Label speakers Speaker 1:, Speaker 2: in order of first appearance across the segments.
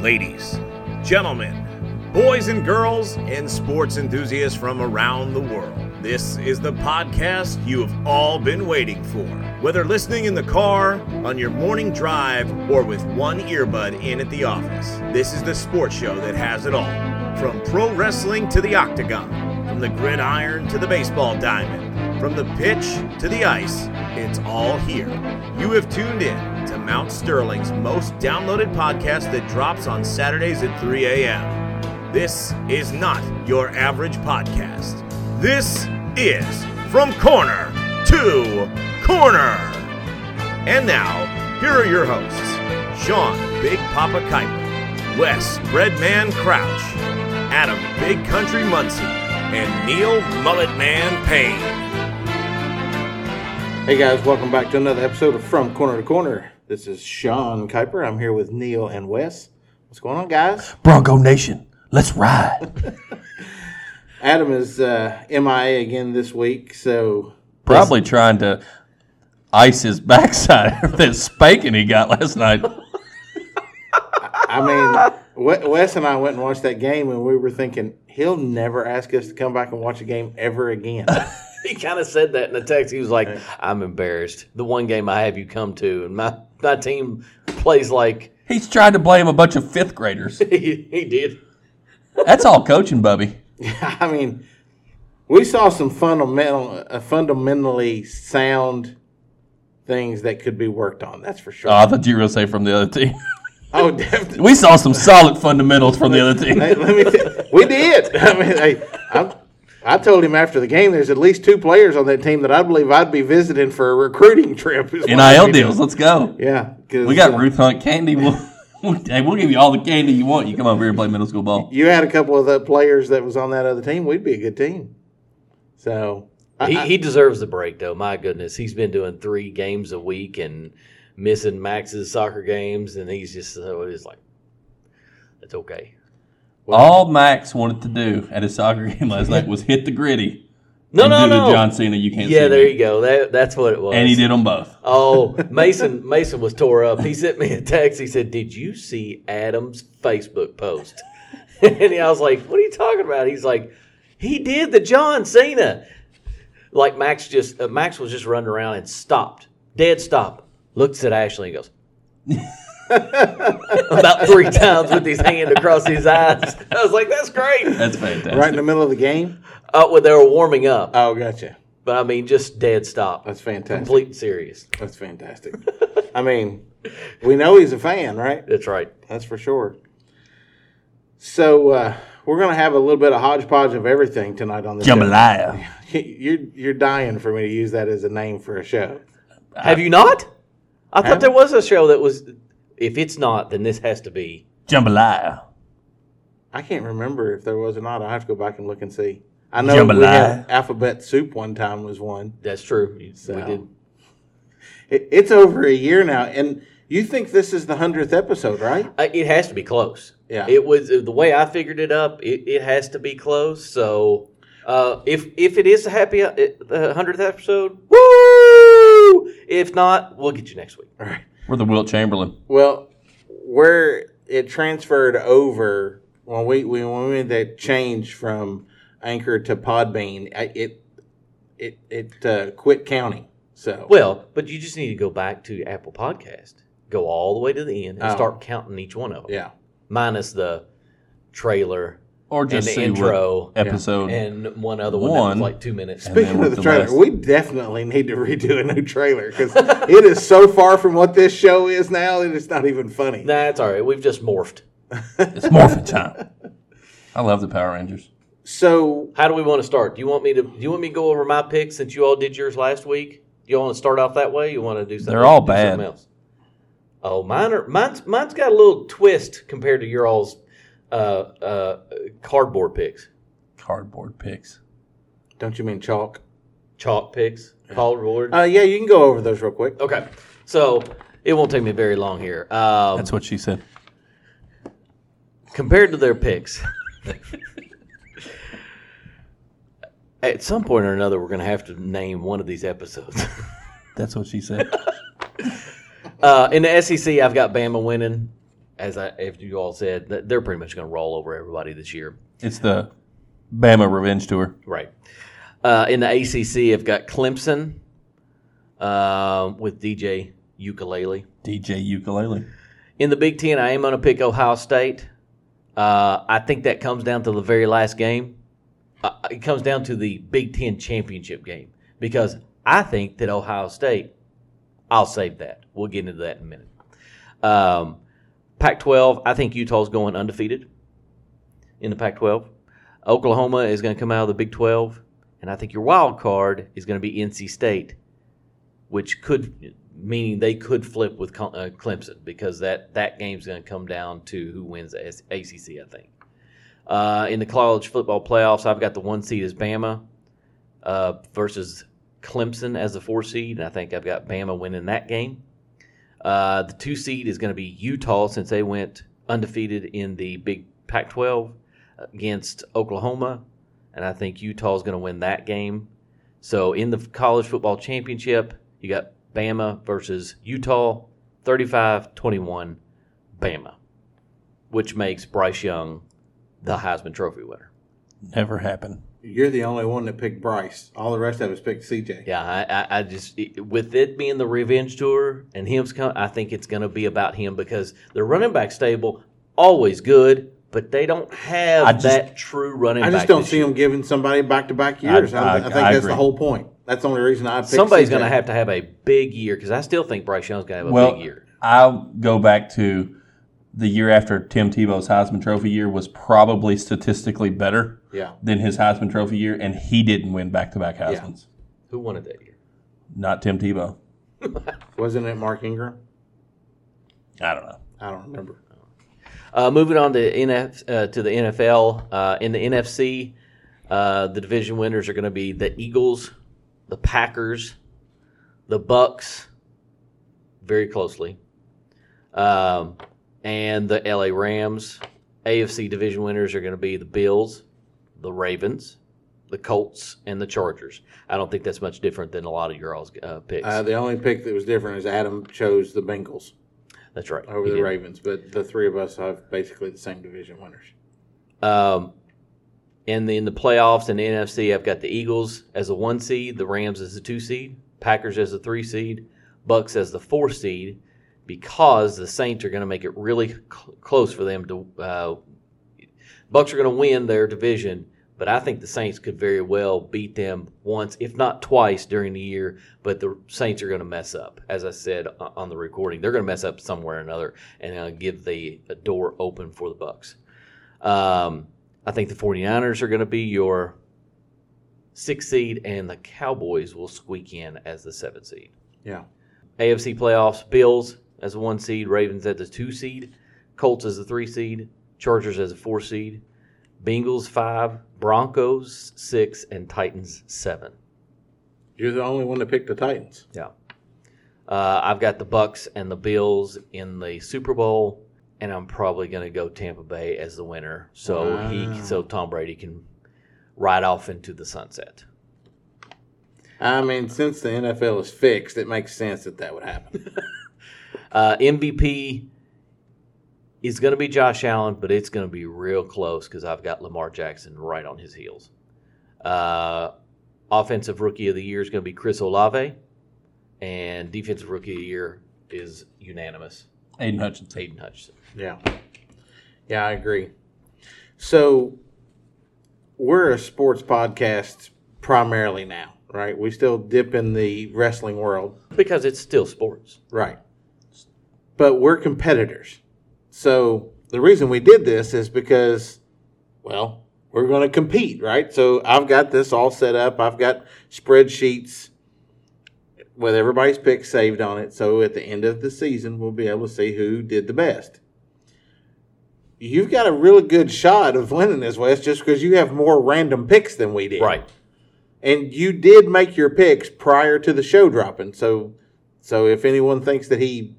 Speaker 1: Ladies, gentlemen, boys and girls, and sports enthusiasts from around the world, this is the podcast you have all been waiting for. Whether listening in the car, on your morning drive, or with one earbud in at the office, this is the sports show that has it all. From pro wrestling to the octagon, from the gridiron to the baseball diamond, from the pitch to the ice, it's all here. You have tuned in to Mount Sterling's most downloaded podcast that drops on Saturdays at 3 a.m. This is not your average podcast. This is From Corner to Corner. And now, here are your hosts Sean Big Papa Kuiper, Wes Breadman Crouch, Adam Big Country Muncie, and Neil Mulletman Payne.
Speaker 2: Hey guys, welcome back to another episode of From Corner to Corner. This is Sean Kuiper. I'm here with Neil and Wes. What's going on, guys?
Speaker 3: Bronco Nation, let's ride.
Speaker 2: Adam is uh, MIA again this week, so
Speaker 4: Probably trying to ice his backside after that spanking he got last night.
Speaker 2: I mean, We- Wes and I went and watched that game, and we were thinking he'll never ask us to come back and watch a game ever again.
Speaker 5: he kind of said that in the text. He was like, "I'm embarrassed. The one game I have you come to, and my my team plays like
Speaker 4: He's tried to blame a bunch of fifth graders.
Speaker 5: he, he did."
Speaker 4: That's all coaching, Bubby.
Speaker 2: I mean, we saw some fundamental, uh, fundamentally sound things that could be worked on. That's for sure.
Speaker 4: Oh, I thought you were going to say from the other team.
Speaker 2: oh, definitely.
Speaker 4: We saw some solid fundamentals from the other team.
Speaker 2: Hey, let me. T- we did. I mean, hey, I'm, I told him after the game, there's at least two players on that team that I believe I'd be visiting for a recruiting trip. is what
Speaker 4: NIL
Speaker 2: we did.
Speaker 4: deals, let's go.
Speaker 2: Yeah, 'cause,
Speaker 4: We got
Speaker 2: uh,
Speaker 4: Ruth Hunt candy. We'll, hey, we'll give you all the candy you want. You come over here and play middle school ball.
Speaker 2: You had a couple of the players that was on that other team. We'd be a good team. So I,
Speaker 5: He,
Speaker 2: I-
Speaker 5: he deserves the break, though. My goodness, he's been doing three games a week and missing Max's soccer games, and he's just so it's like, that's okay.
Speaker 4: All Max wanted to do at his soccer game last night was hit the gritty
Speaker 5: No,
Speaker 4: and
Speaker 5: no,
Speaker 4: do the
Speaker 5: no.
Speaker 4: John Cena you can't
Speaker 5: yeah,
Speaker 4: see.
Speaker 5: there
Speaker 4: me.
Speaker 5: you go. That that's what it was.
Speaker 4: And he did them both.
Speaker 5: Oh, Mason Mason was tore up. He sent me a text. He said, "Did you see Adam's Facebook post?" and I was like, "What are you talking about?" He's like, "He did the John Cena." Like Max just uh, Max was just running around and stopped, dead stop. Looks at Ashley and goes about three times with his hand across his eyes. I was like, "That's great."
Speaker 4: That's fantastic.
Speaker 2: right in the middle of the game.
Speaker 5: Oh, when they were warming up,
Speaker 2: Oh, gotcha.
Speaker 5: but I mean, just dead stop.
Speaker 2: That's fantastic.
Speaker 5: complete and serious.
Speaker 2: That's fantastic. I mean, we know he's a fan, right?
Speaker 5: That's right.
Speaker 2: That's for sure. So uh, we're going to have a little bit of hodgepodge of everything tonight on the show.
Speaker 4: Jambalaya.
Speaker 2: You're you're dying for me to use that as a name for a show.
Speaker 5: Have you not? I
Speaker 2: Have-
Speaker 5: thought there was a show that was. If it's not, then this has to be.
Speaker 4: Jambalaya.
Speaker 2: I can't remember if there was or not. I have to go back and look and see. I know we
Speaker 4: Jambalaya.
Speaker 2: had Alphabet Soup one time was one.
Speaker 5: That's true. You- We
Speaker 2: So.
Speaker 5: did.
Speaker 2: It, it's over a year now, and you think this is the hundredth episode, right?
Speaker 5: I- Uh, It has to be close.
Speaker 2: Yeah.
Speaker 5: It was uh, the way I figured it up. It, it has to be close. So, uh, if if it is the happy uh, the hundredth episode, woo! If not, we'll get you next week.
Speaker 2: All right.
Speaker 4: We're the Wilt Chamberlain.
Speaker 2: Well, where it transferred over when we we- when we made that change from Anchor to Podbean, I- it it it uh, quit counting. So
Speaker 5: Well, but you just need to go back to Apple Podcast, go all the way to the end, and
Speaker 2: Oh.
Speaker 5: start counting each one of them,
Speaker 2: yeah,
Speaker 5: minus the trailer
Speaker 4: Or
Speaker 5: and
Speaker 4: just
Speaker 5: the
Speaker 4: see
Speaker 5: intro
Speaker 4: what episode.
Speaker 5: and one other one, that was
Speaker 4: One.
Speaker 5: like two minutes.
Speaker 4: And then
Speaker 2: Speaking
Speaker 4: with
Speaker 2: of the
Speaker 4: the
Speaker 2: trailer,
Speaker 4: last-
Speaker 2: we definitely need to redo a new trailer because it is so far from what this show is now that it's not even funny.
Speaker 5: That's all right. We've just morphed.
Speaker 4: It's morphin' time. I love the Power Rangers.
Speaker 2: So
Speaker 5: How do we want to start? Do you want me to? Do you want me to go over my picks since you all did yours last week? Do you want to start off that way? You want to do something?
Speaker 4: They're all
Speaker 5: do something
Speaker 4: bad.
Speaker 5: else? Oh, mine are mine's mine's got a little twist compared to your all's uh, uh, cardboard picks,
Speaker 4: Cardboard picks.
Speaker 2: don't you mean chalk?
Speaker 5: chalk picks, cardboard.
Speaker 2: Uh, yeah, you can go over those real quick.
Speaker 5: Okay, so it won't take me very long here. Um,
Speaker 4: That's what she said.
Speaker 5: compared to their picks. At some point or another, we're going to have to name one of these episodes.
Speaker 4: That's what she said.
Speaker 5: E Uh, in the SEC, I've got Bama winning. as I, as you all said, that they're pretty much going to roll over everybody this year.
Speaker 4: It's the Bama Revenge Tour.
Speaker 5: Right. Uh, in the ACC, I've got Clemson uh, with DJ Ukulele.
Speaker 4: DJ Ukulele.
Speaker 5: In the Big Ten, I am going to pick Ohio State. Uh, I think that comes down to the very last game. Uh, it comes down to the Big Ten championship game because I think that Ohio State. I'll save that. We'll get into that in a minute. Um, Pac-12. I think Utah's going undefeated in the Pac-12. Oklahoma is going to come out of the Big 12, and I think your wild card is going to be NC State, which could meaning they could flip with Cle- uh, Clemson because that that game's going to come down to who wins the S- ACC. I think. Uh, in the college football playoffs, I've got the one seed as Bama uh, versus Clemson as the four seed, and I think I've got Bama winning that game. Uh, the two seed is going to be Utah since they went undefeated in the Big Pac 12 against Oklahoma. And I think Utah is going to win that game. So in the college football championship, you got Bama versus Utah, 35 21 Bama, which makes Bryce Young the Heisman Trophy winner.
Speaker 4: Never happened.
Speaker 2: You're the only one that picked Bryce. All the rest of us picked CJ.
Speaker 5: Yeah, I, I, I just it- with it being the revenge tour and him's come, I think it's going to be about him because the running back stable always good, but they don't have
Speaker 4: I just-
Speaker 5: that true running.
Speaker 2: I just
Speaker 5: back
Speaker 2: don't
Speaker 5: this
Speaker 2: see
Speaker 5: year.
Speaker 2: him giving somebody back to back years. I,
Speaker 4: I-
Speaker 2: I think
Speaker 4: I
Speaker 2: that's
Speaker 4: agree.
Speaker 2: the whole point. That's the only reason I picked.
Speaker 5: Somebody's
Speaker 2: CJ.
Speaker 5: going to have to have a big year because I still think Bryce Young's going to have a
Speaker 4: Well,
Speaker 5: big year.
Speaker 4: I'll go back to the year after Tim Tebow's Heisman Trophy year was probably statistically better
Speaker 2: Yeah,
Speaker 4: than his Heisman Trophy year, and he didn't win back to back Heisman's.
Speaker 5: Who won it that year?
Speaker 4: Not Tim Tebow.
Speaker 2: wasn't it Mark Ingram?
Speaker 4: I don't know.
Speaker 2: I don't remember.
Speaker 5: Uh, moving on to NF uh, to the NFL uh, in the NFC, uh, the division winners are going to be the Eagles, the Packers, the Bucks, very closely, um, and the LA Rams. AFC division winners are going to be the Bills, the Ravens, the Colts, and the Chargers. I don't think that's much different than a lot of your all's uh, picks.
Speaker 2: Uh, the only pick that was different is Adam chose the Bengals
Speaker 5: that's right.
Speaker 2: over
Speaker 5: You
Speaker 2: the
Speaker 5: did.
Speaker 2: Ravens, but the three of us have basically the same division winners.
Speaker 5: Um, and then the playoffs in the NFC, I've got the Eagles as a one seed, the Rams as a two seed, Packers as a three seed, Bucks as the four seed, because the Saints are going to make it really cl- close for them to. Uh, Bucks are going to win their division, but I think the Saints could very well beat them once, if not twice, during the year. But the Saints are going to mess up, as I said o- on the recording. They're going to mess up somewhere or another, and uh, give the a door open for the Bucks. Um, I think the 49ers are going to be your sixth seed, and the Cowboys will squeak in as the seventh seed.
Speaker 2: Yeah,
Speaker 5: AFC playoffs Bills as a one seed, Ravens at the two seed, Colts as the three seed, Chargers as a four seed, Bengals five, Broncos six, and Titans seven.
Speaker 2: you're the only one that picked the Titans.
Speaker 5: Yeah. Uh, I've got the Bucks and the Bills in the Super Bowl, and I'm probably going to go Tampa Bay as the winner, so he so Tom Brady can ride off into the sunset.
Speaker 2: I mean, since the NFL is fixed, it makes sense that that would happen.
Speaker 5: Uh, MVP is going to be Josh Allen, but it's going to be real close because I've got Lamar Jackson right on his heels. Uh, offensive Rookie of the Year is going to be Chris Olave, and Defensive Rookie of the Year is unanimous,
Speaker 4: Aiden Hutchinson.
Speaker 5: Aiden Hutchinson.
Speaker 2: yeah, yeah, I agree. So we're a sports podcast primarily now, right? We still dip in the wrestling world.
Speaker 5: Because it's still sports.
Speaker 2: Right. But we're competitors. So the reason we did this is because, well, we're going to compete, right? So I've got this all set up. I've got spreadsheets with everybody's picks saved on it. So at the end of the season, we'll be able to see who did the best. You've got a really good shot of winning this, Wes, just because you have more random picks than we did.
Speaker 5: Right.
Speaker 2: And you did make your picks prior to the show dropping. So so if anyone thinks that he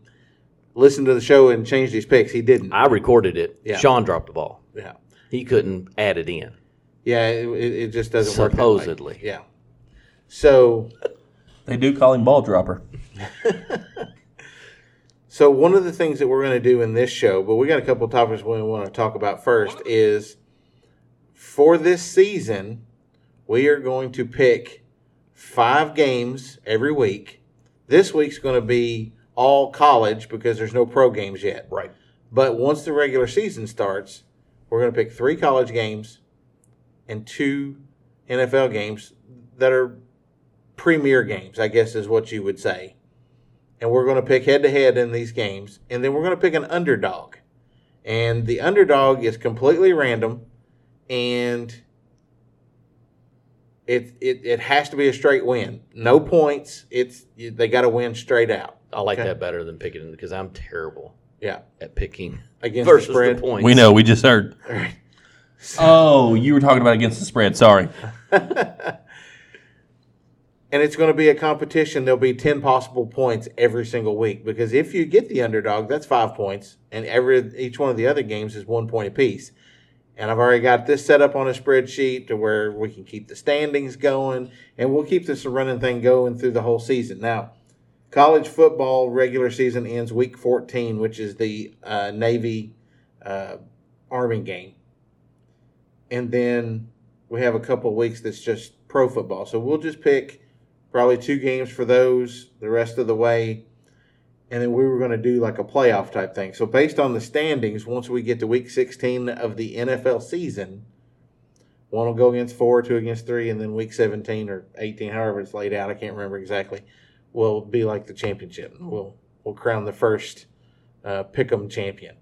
Speaker 2: listened to the show and changed his picks, he didn't.
Speaker 5: I recorded it.
Speaker 2: Yeah.
Speaker 5: Sean dropped the ball.
Speaker 2: yeah.
Speaker 5: He couldn't add it in.
Speaker 2: Yeah, it, it it just doesn't work. that way.
Speaker 5: Supposedly.
Speaker 2: Yeah. So
Speaker 4: They do call him ball dropper.
Speaker 2: So one of the things that we're going to do in this show, but we got a couple topics we want to talk about first is for this season, we are going to pick five games every week. This week's going to be all college because there's no pro games yet.
Speaker 5: Right.
Speaker 2: But once the regular season starts, we're going to pick three college games and two NFL games that are premier games, I guess is what you would say. And we're going to pick head to head in these games. And then we're going to pick an underdog. And the underdog is completely random. And it, it, it has to be a straight win. No points. It's they got to win straight out.
Speaker 5: I like
Speaker 2: Okay.
Speaker 5: that better than picking because I'm terrible
Speaker 2: Yeah,
Speaker 5: at picking
Speaker 2: against
Speaker 5: versus
Speaker 2: the
Speaker 5: the,
Speaker 2: spread.
Speaker 5: points.
Speaker 4: We know. We just heard.
Speaker 2: All right.
Speaker 4: Oh, you were talking about against the spread. Sorry.
Speaker 2: and it's going to be a competition. There'll be 10 possible points every single week because if you get the underdog, that's five points, and every each one of the other games is one point apiece. And I've already got this set up on a spreadsheet to where we can keep the standings going, and we'll keep this running thing going through the whole season. Now, college football regular season ends week 14, which is the uh, Navy uh, Army game. And then we have a couple of weeks that's just pro football. So we'll just pick probably two games for those the rest of the way. And then we were going to do like a playoff type thing. So based on the standings, once we get to week 16 of the NFL season, one will go against four, two against three, and then week 17 or 18, however it's laid out, I can't remember exactly, will be like the championship. We'll we'll crown the first uh, pick'em champion.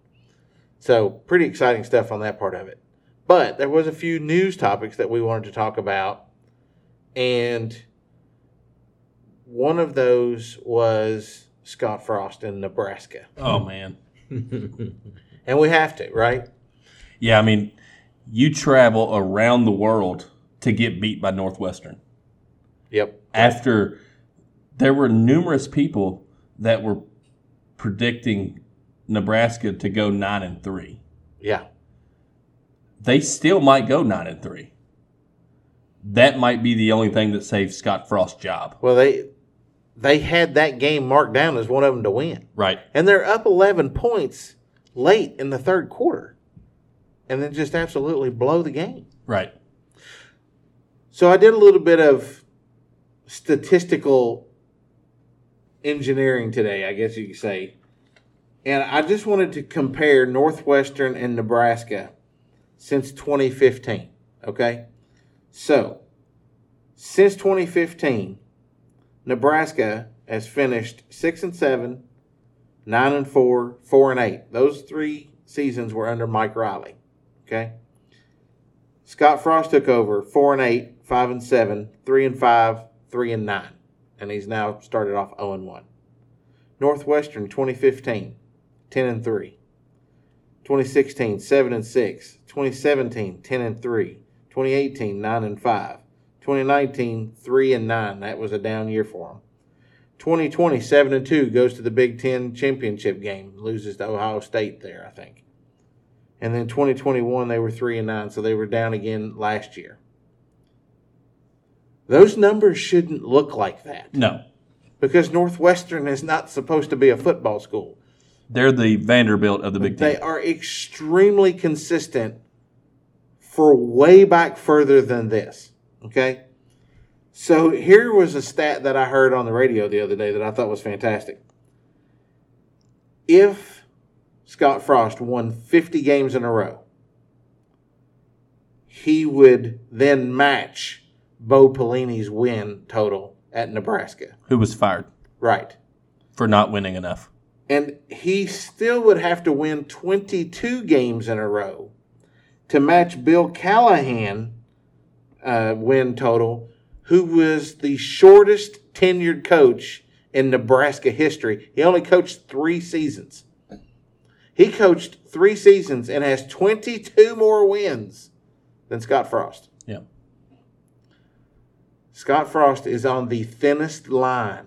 Speaker 2: So pretty exciting stuff on that part of it. But there was a few news topics that we wanted to talk about, and one of those was Scott Frost in Nebraska,
Speaker 4: Oh man.
Speaker 2: and we have to, right?
Speaker 4: Yeah, I mean, you travel around the world to get beat by Northwestern.
Speaker 2: Yep.
Speaker 4: After there were numerous people that were predicting Nebraska to go nine and three.
Speaker 2: Yeah.
Speaker 4: They still might go nine and three. That might be the only thing that saves Scott Frost's job.
Speaker 2: Well, they they had that game marked down as one of them to win,
Speaker 4: Right.
Speaker 2: and they're up eleven points late in the third quarter, and then just absolutely blow the game.
Speaker 4: Right.
Speaker 2: So I did a little bit of statistical engineering today, I guess you could say. And I just wanted to compare Northwestern and Nebraska since 2015. Okay. So since 2015, Nebraska has finished six and seven, nine and four, four and eight. Those three seasons were under Mike Riley. Okay. Scott Frost took over four and eight, five and seven, three and five, three and nine, and he's now started off zero and one. Northwestern 2015, 10 and three. 2016, 7 and 6. 2017, 10 and 3. 2018, 9 and 5. 2019, 3 and 9. That was a down year for him. 2020, 7 and 2 goes to the Big 10 championship game, loses to Ohio State there, I think. And then 2021, they were three and nine, so they were down again last year. Those numbers shouldn't look like that
Speaker 4: No.
Speaker 2: because Northwestern is not supposed to be a football school.
Speaker 4: They're the Vanderbilt of the Big
Speaker 2: They
Speaker 4: Ten.
Speaker 2: are extremely consistent for way back further than this. Okay. So here was a stat that I heard on the radio the other day that I thought was fantastic. If Scott Frost won 50 games in a row, he would then match Bo Pelini's win total at Nebraska.
Speaker 4: Who was fired
Speaker 2: Right.
Speaker 4: for not winning enough?
Speaker 2: And he still would have to win 22 games in a row to match Bill Callahan uh, win total, who was the shortest tenured coach in Nebraska history. He only coached three seasons. He coached three seasons and has 22 more wins than Scott Frost.
Speaker 4: Yeah.
Speaker 2: Scott Frost is on the thinnest line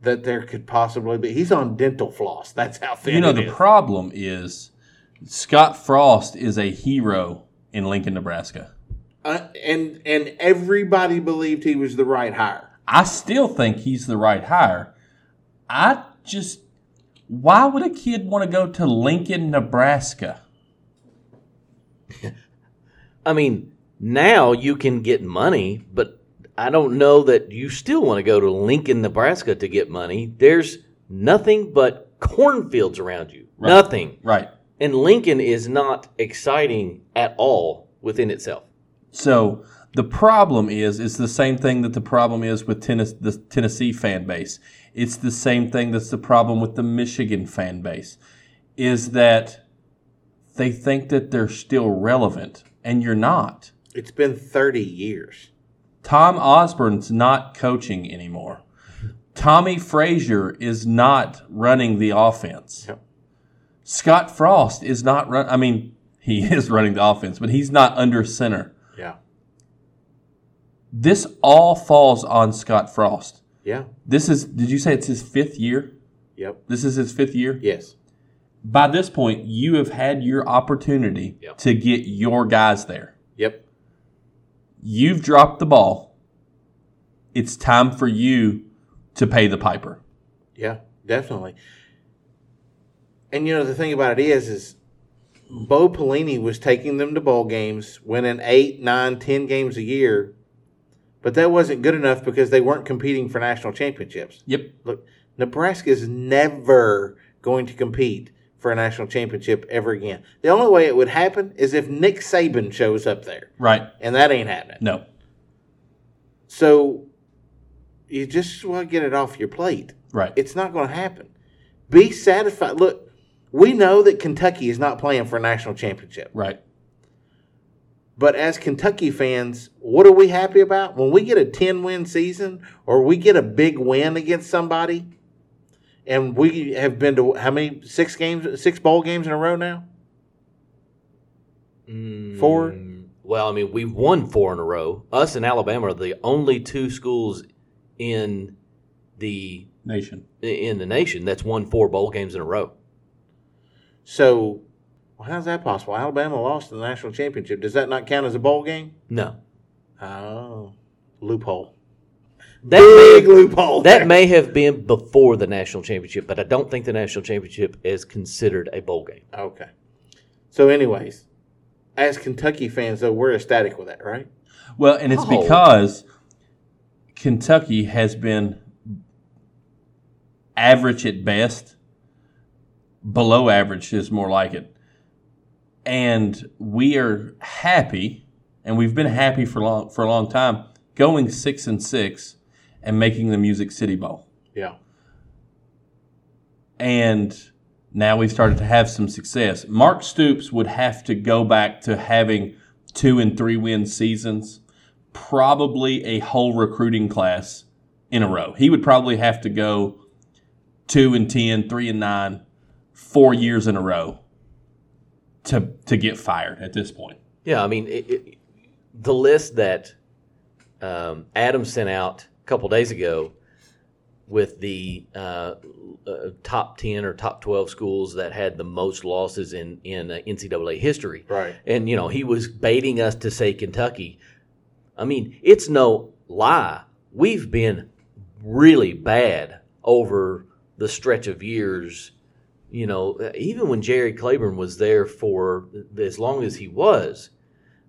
Speaker 2: that there could possibly be. He's on dental floss. That's how thin
Speaker 4: you know
Speaker 2: it
Speaker 4: the
Speaker 2: is.
Speaker 4: problem is Scott Frost is a hero in Lincoln, Nebraska.
Speaker 2: Uh, and and everybody believed he was the right hire.
Speaker 4: I still think he's the right hire. I just Why would a kid want to go to Lincoln, Nebraska?
Speaker 5: I mean, now you can get money, but I don't know that you still want to go to Lincoln, Nebraska to get money. There's nothing but cornfields around you.
Speaker 4: Right.
Speaker 5: Nothing.
Speaker 4: Right.
Speaker 5: And Lincoln is not exciting at all within itself.
Speaker 4: So the problem is, it's the same thing that the problem is with Tennes- the Tennessee fan base. It's the same thing that's the problem with the Michigan fan base, is that they think that they're still relevant, and you're not.
Speaker 2: It's been 30 years.
Speaker 4: Tom Osborne's not coaching anymore. Tommy Frazier is not running the offense.
Speaker 2: Yep.
Speaker 4: Scott Frost is not run. I mean, he is running the offense, but he's not under center.
Speaker 2: Yeah.
Speaker 4: This all falls on Scott Frost.
Speaker 2: Yeah.
Speaker 4: This is. Did you say it's his fifth year?
Speaker 2: Yep.
Speaker 4: This is his fifth year.
Speaker 2: Yes.
Speaker 4: By this point, you have had your opportunity
Speaker 5: Yep.
Speaker 4: to get your guys there.
Speaker 2: Yep.
Speaker 4: You've dropped the ball. It's time for you to pay the piper.
Speaker 2: Yeah. Definitely. And you know the thing about it is, is Bo Pelini was taking them to bowl games, winning eight, nine, ten games a year, but that wasn't good enough because they weren't competing for national championships.
Speaker 4: Yep.
Speaker 2: Look, Nebraska is never going to compete for a national championship ever again. The only way it would happen is if Nick Saban shows up there,
Speaker 4: Right.
Speaker 2: and that ain't happening.
Speaker 4: No.
Speaker 2: So you just want to get it off your plate.
Speaker 4: Right.
Speaker 2: It's not going to happen. Be satisfied. Look, we know that Kentucky is not playing for a national championship.
Speaker 4: right.
Speaker 2: But as Kentucky fans, what are we happy about? When we get a 10 win season or we get a big win against somebody, and we have been to how many? Six games, six bowl games in a row now? Four?
Speaker 5: Mm, Well, I mean, we've won four in a row. Us and Alabama are the only two schools in the
Speaker 4: Nation.
Speaker 5: in the nation that's won four bowl games in a row.
Speaker 2: So, well, how's that possible? Alabama lost in the national championship. Does that not count as a bowl game?
Speaker 5: No.
Speaker 2: Oh, loophole.
Speaker 5: That
Speaker 2: Big
Speaker 5: may,
Speaker 2: loophole.
Speaker 5: that may have been before the national championship, but I don't think the national championship is considered a bowl game.
Speaker 2: Okay. So, anyways, as Kentucky fans, though, we're ecstatic with that, right?
Speaker 4: Well, and it's
Speaker 5: Oh.
Speaker 4: because Kentucky has been average at best. Below average is more like it. And we are happy, and we've been happy for long for a long time, going six and six and making the Music City Bowl.
Speaker 2: Yeah.
Speaker 4: and now we've started to have some success. Mark Stoops would have to go back to having two and three win seasons, probably a whole recruiting class in a row. He would probably have to go two and ten, three and nine, four years in a row to to get fired at this point.
Speaker 5: Yeah, I mean, it, it, the list that um, Adam sent out a couple days ago with the uh, uh, top 10 or top 12 schools that had the most losses in, in uh, NCAA history.
Speaker 2: Right.
Speaker 5: And, you know, he was baiting us to say Kentucky. I mean, it's no lie. We've been really bad over the stretch of years. You know, even when Jerry Claiborne was there for as long as he was,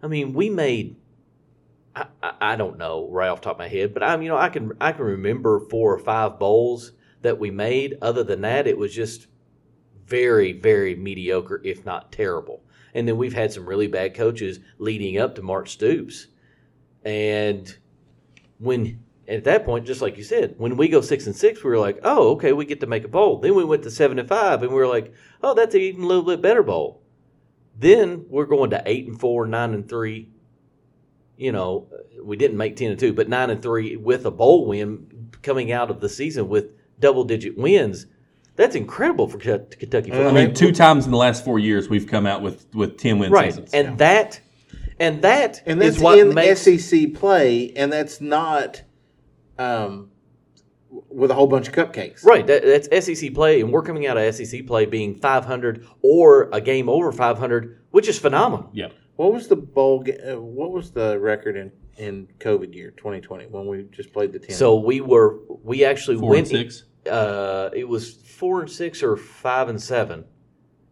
Speaker 5: I mean, we made. I, I I don't know right off the top of my head, but I'm you know I can I can remember four or five bowls that we made. Other than that, it was just very very mediocre, if not terrible. And then we've had some really bad coaches leading up to Mark Stoops, and when at that point, just like you said, when we go six and six, we were like, oh okay, we get to make a bowl. Then we went to seven and five, and we were like, oh that's an even a little bit better bowl. Then we're going to eight and four, nine and three. You know, we didn't make ten and two, but nine and three with a bowl win coming out of the season with double digit wins. That's incredible for Ke- Kentucky football.
Speaker 4: I mean, two times in the last four years we've come out with with ten win
Speaker 5: right,
Speaker 4: seasons.
Speaker 5: and that, and that
Speaker 2: And that's
Speaker 5: is what
Speaker 2: in
Speaker 5: makes
Speaker 2: SEC play, and that's not um, w- with a whole bunch of cupcakes.
Speaker 5: Right, that, that's SEC play, and we're coming out of SEC play being 500 or a game over 500, which is phenomenal.
Speaker 4: yeah,
Speaker 2: What was the bowl? ga- uh, What was the record in in COVID year 2020 when we just played the 10?
Speaker 5: So we were, we actually
Speaker 4: four
Speaker 5: went
Speaker 4: and six.
Speaker 5: uh, it was four and six or five and seven,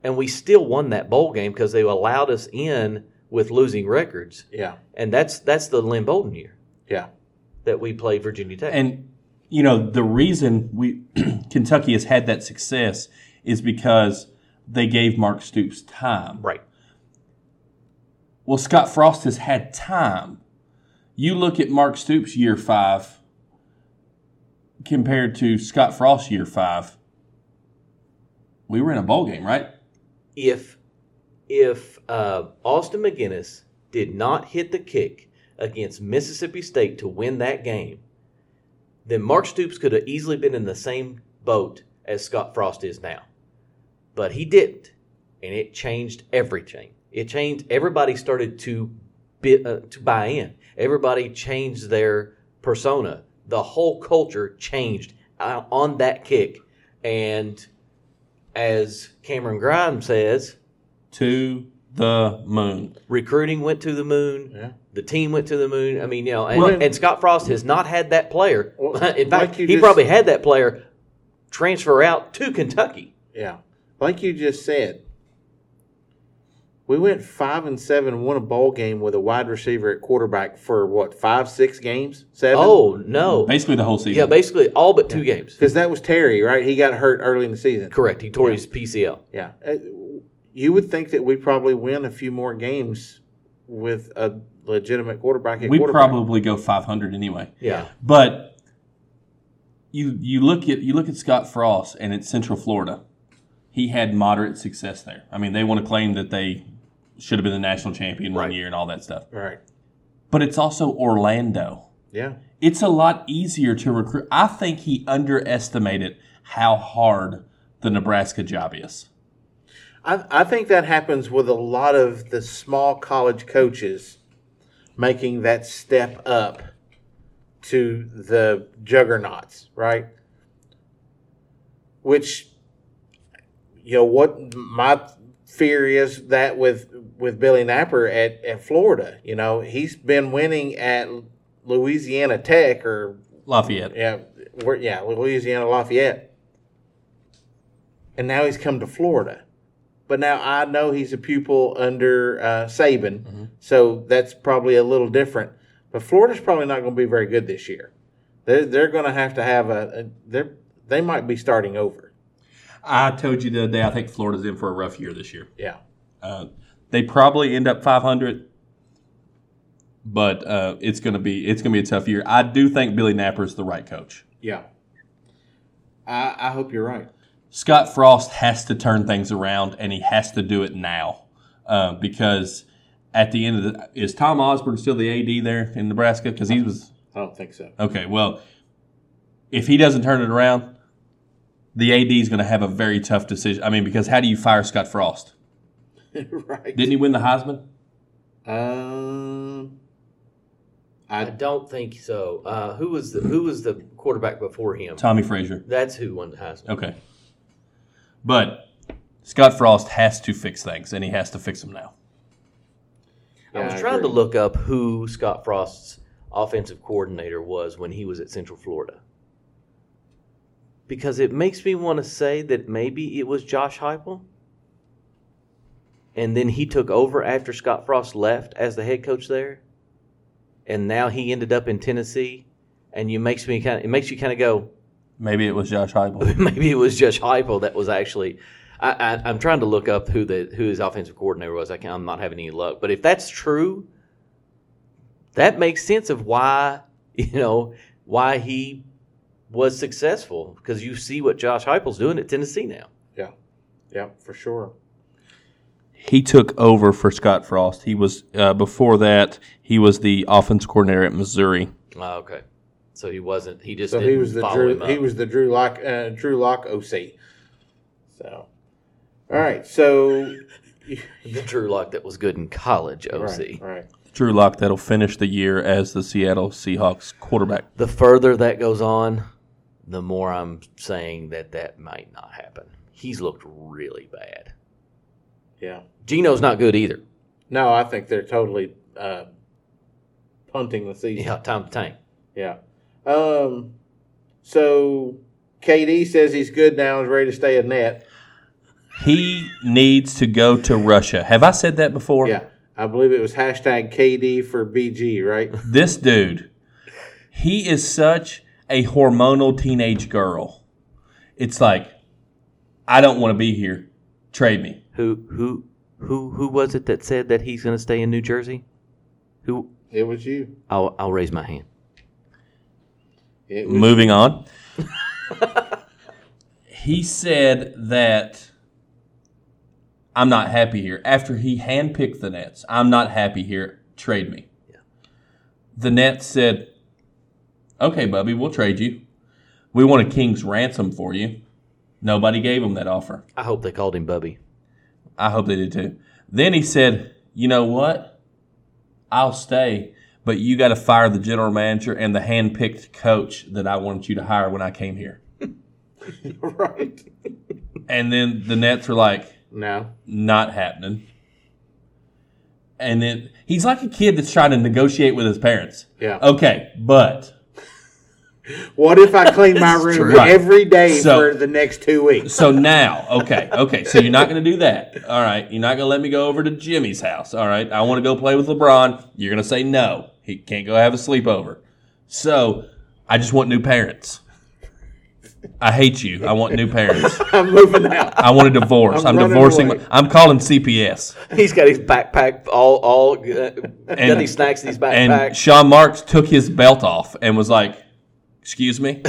Speaker 5: and we still won that bowl game because they allowed us in with losing records,
Speaker 2: Yeah.
Speaker 5: and that's that's the Lynn Bolden year
Speaker 2: Yeah.
Speaker 5: that we played Virginia Tech.
Speaker 4: And you know the reason we Kentucky has had that success is because they gave Mark Stoops time.
Speaker 5: right,
Speaker 4: Well, Scott Frost has had time. You look at Mark Stoops year five compared to Scott Frost year five. We were in a bowl game, right?
Speaker 5: if if uh, Austin McGinnis did not hit the kick against Mississippi State to win that game, then Mark Stoops could have easily been in the same boat as Scott Frost is now. But he didn't, and it changed everything. It changed. Everybody started to bit, uh, to buy in. Everybody changed their persona. The whole culture changed uh, on that kick, and as Cameron Grimes says,
Speaker 4: To the moon.
Speaker 5: recruiting went to the moon.
Speaker 2: Yeah.
Speaker 5: The team went to the moon. I mean, you know, and,
Speaker 2: Well-
Speaker 5: and Scott Frost has not had that player.
Speaker 2: Well,
Speaker 5: In fact,
Speaker 2: like you
Speaker 5: he
Speaker 2: just-
Speaker 5: probably had that player transfer out to Kentucky.
Speaker 2: Yeah. Like you just said, we went five and seven, won a ball game with a wide receiver at quarterback for what, five, six games? Seven?
Speaker 5: Oh no!
Speaker 4: Basically the whole season.
Speaker 5: Yeah, basically all but two games.
Speaker 2: Because that was Terry, right? He got hurt early in the season.
Speaker 5: Correct. He tore his PCL.
Speaker 2: Yeah. Uh, You would think that we'd probably win a few more games with a legitimate quarterback at
Speaker 4: we
Speaker 2: quarterback.
Speaker 4: probably go 500 anyway.
Speaker 5: Yeah.
Speaker 4: But you you look at you look at Scott Frost and it's Central Florida. He had moderate success there. I mean, they want to claim that they should have been the national champion one
Speaker 5: Right.
Speaker 4: year and all that stuff.
Speaker 2: Right.
Speaker 4: But it's also Orlando.
Speaker 2: Yeah.
Speaker 4: It's a lot easier to recruit. I think he underestimated how hard the Nebraska job is.
Speaker 2: I, I think that happens with a lot of the small college coaches making that step up to the juggernauts, right? Which you know what my fear is that with with Billy Napper at, at Florida, you know, he's been winning at Louisiana Tech or
Speaker 4: Lafayette.
Speaker 2: yeah, where, yeah, Louisiana Lafayette. And now he's come to Florida, but now I know he's a pupil under uh, Saban,
Speaker 5: Mm-hmm.
Speaker 2: so that's probably a little different. But Florida's probably not going to be very good this year. They're they're going to have to have a, a they're they might be starting over.
Speaker 4: I told you the other day I think Florida's in for a rough year this year.
Speaker 2: Yeah,
Speaker 4: Uh, they probably end up 500, but uh, it's gonna be it's gonna be a tough year. I do think Billy Napper is the right coach.
Speaker 2: yeah. I I hope you're right.
Speaker 4: Scott Frost has to turn things around, and he has to do it now uh, because at the end of the is Tom Osborne still the AD there in Nebraska because he was
Speaker 2: I don't think so.
Speaker 4: okay. Well, if he doesn't turn it around, the AD is going to have a very tough decision. I mean, because how do you fire Scott Frost?
Speaker 2: right.
Speaker 4: Didn't he win the Heisman?
Speaker 2: Um.
Speaker 5: I don't think so. Uh, who was the Who was the quarterback before him?
Speaker 4: Tommy Frazier.
Speaker 5: That's who won the Heisman.
Speaker 4: Okay. But Scott Frost has to fix things, and he has to fix them now.
Speaker 5: I was
Speaker 2: Yeah, I
Speaker 5: trying to
Speaker 2: agree.
Speaker 5: look up who Scott Frost's offensive coordinator was when he was at Central Florida. Because it makes me want to say that maybe it was Josh Heupel. And then he took over after Scott Frost left as the head coach there. And now he ended up in Tennessee. And you makes me kind of, it makes you kind of go,
Speaker 4: Maybe it was Josh Heupel.
Speaker 5: maybe it was Josh Heupel that was actually. I, I, I'm trying to look up who the who his offensive coordinator was. I can, I'm not having any luck, but if that's true, that makes sense of why you know why he was successful because you see what Josh Heupel's doing at Tennessee now.
Speaker 2: Yeah. Yeah. For sure.
Speaker 4: he took over for Scott Frost. He was uh, before that. He was the offense coordinator at Missouri.
Speaker 5: Oh, okay, so he wasn't. He just
Speaker 2: Ah, So
Speaker 5: didn't
Speaker 2: he was the
Speaker 5: follow
Speaker 2: Drew.
Speaker 5: him up.
Speaker 2: He was the Drew Lock. Uh, Drew Lock OC. So, all right. So
Speaker 5: the Drew Lock that was good in college. OC.
Speaker 2: right, right.
Speaker 4: Drew Lock that'll finish the year as the Seattle Seahawks quarterback.
Speaker 5: The further that goes on, the more I'm saying that that might not happen. He's looked really bad.
Speaker 2: Yeah.
Speaker 5: Gino's not good either.
Speaker 2: No, I think they're totally uh, punting the season.
Speaker 5: Yeah, Tom Tank.
Speaker 2: Yeah. Um. So KD says he's good now and is ready to stay at net.
Speaker 4: He needs to go to Russia. Have I said that before?
Speaker 2: Yeah, I believe it was hashtag KD for BG, right?
Speaker 4: This dude, he is such a hormonal teenage girl. It's like, I don't want to be here. Trade me.
Speaker 5: Who who who who was it that said that he's going to stay in New Jersey? Who?
Speaker 2: It was you.
Speaker 5: I'll I'll raise my hand.
Speaker 2: It was
Speaker 4: Moving on. he said that I'm not happy here. After he handpicked the Nets, I'm not happy here. Trade me. The Nets said, Okay, Bubby, we'll trade you. We want a king's ransom for you. Nobody gave him that offer.
Speaker 5: I hope they called him Bubby.
Speaker 4: I hope they did too. Then he said, "You know what? I'll stay, but you got to fire the general manager and the hand-picked coach that I wanted you to hire when I came here."
Speaker 2: right.
Speaker 4: And then the Nets were like,
Speaker 2: No,
Speaker 4: "Not happening." And then he's like a kid that's trying to negotiate with his parents.
Speaker 2: Yeah.
Speaker 5: Oh.
Speaker 4: Okay, but
Speaker 2: What if I clean my room
Speaker 4: true. Right.
Speaker 2: every day
Speaker 4: So-
Speaker 2: for the next two weeks?
Speaker 4: so now, okay, okay. So you're not going to do that. All right. You're not going to let me go over to Jimmy's house. All right. I want to go play with LeBron. You're going to say no. He can't go have a sleepover. So I just want new parents. I hate you. I want new parents.
Speaker 2: I'm moving out.
Speaker 4: I want a divorce.
Speaker 2: I'm
Speaker 4: I'm,
Speaker 2: running
Speaker 4: divorcing.
Speaker 2: away.
Speaker 4: My, I'm calling CPS.
Speaker 5: He's got his backpack all all uh, got these snacks in his
Speaker 4: And
Speaker 5: backpack.
Speaker 4: Sean Marks took his belt off and was like, "Excuse me,"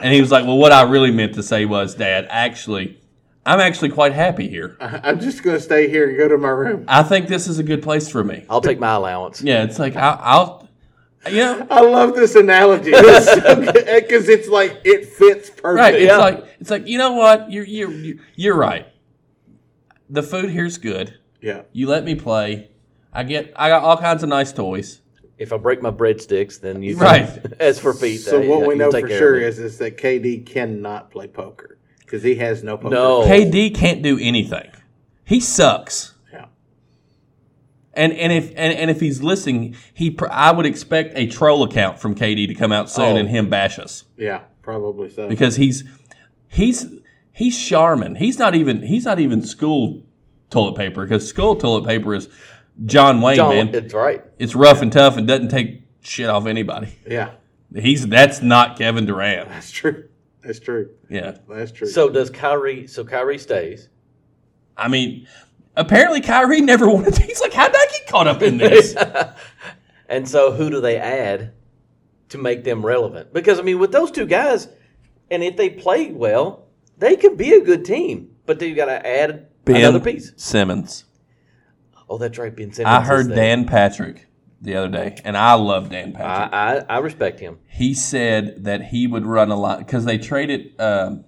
Speaker 4: and he was like, "Well, what I really meant to say was, Dad, actually, I'm actually quite happy here.
Speaker 2: I'm just going to stay here and go to my room.
Speaker 4: I think this is a good place for me.
Speaker 5: I'll take my allowance.
Speaker 4: Yeah, it's like I, I'll, you know,
Speaker 2: I love this analogy. It's so good because it's like it fits perfect.
Speaker 4: right? It's
Speaker 5: Yeah.
Speaker 4: like it's like you know what? You're you're you're- you're right. The food here's good.
Speaker 2: Yeah.
Speaker 4: You let me play. I get I got all kinds of nice toys.
Speaker 5: If I break my breadsticks, then you
Speaker 4: Right.
Speaker 5: As for feet,
Speaker 2: So
Speaker 5: uh,
Speaker 2: what we
Speaker 5: you
Speaker 2: know
Speaker 5: take
Speaker 2: for
Speaker 5: care of
Speaker 2: sure
Speaker 5: it.
Speaker 2: is is that KD cannot play poker because he has no poker.
Speaker 5: No.
Speaker 4: KD can't do anything. He sucks.
Speaker 2: Yeah.
Speaker 4: And and if and, and if he's listening, he pr- I would expect a troll account from KD to come out soon
Speaker 5: Oh.
Speaker 4: and him bash us
Speaker 2: Yeah, probably so.
Speaker 4: because he's he's he's Charmin. He's not even he's not even school toilet paper because school toilet paper is John Wayne,
Speaker 5: John,
Speaker 4: man.
Speaker 5: it's right.
Speaker 4: It's rough and tough and doesn't take shit off anybody.
Speaker 2: yeah,
Speaker 4: He's that's not Kevin Durant.
Speaker 2: that's true. That's true.
Speaker 4: Yeah,
Speaker 2: That's true.
Speaker 5: So does Kyrie? So Kyrie stays.
Speaker 4: I mean, apparently Kyrie never wanted. To, he's like, how'd I get caught up in this?
Speaker 5: And so who do they add to make them relevant? Because I mean, with those two guys, and if they play well, they could be a good team. But then you got to add another piece.
Speaker 4: Simmons.
Speaker 5: Oh, that's right, Ben Simmons.
Speaker 4: I
Speaker 5: is
Speaker 4: heard
Speaker 5: there.
Speaker 4: Dan Patrick the other day, and I love Dan Patrick.
Speaker 5: I, I I respect him.
Speaker 4: he said that he would run a lot because they traded. Um,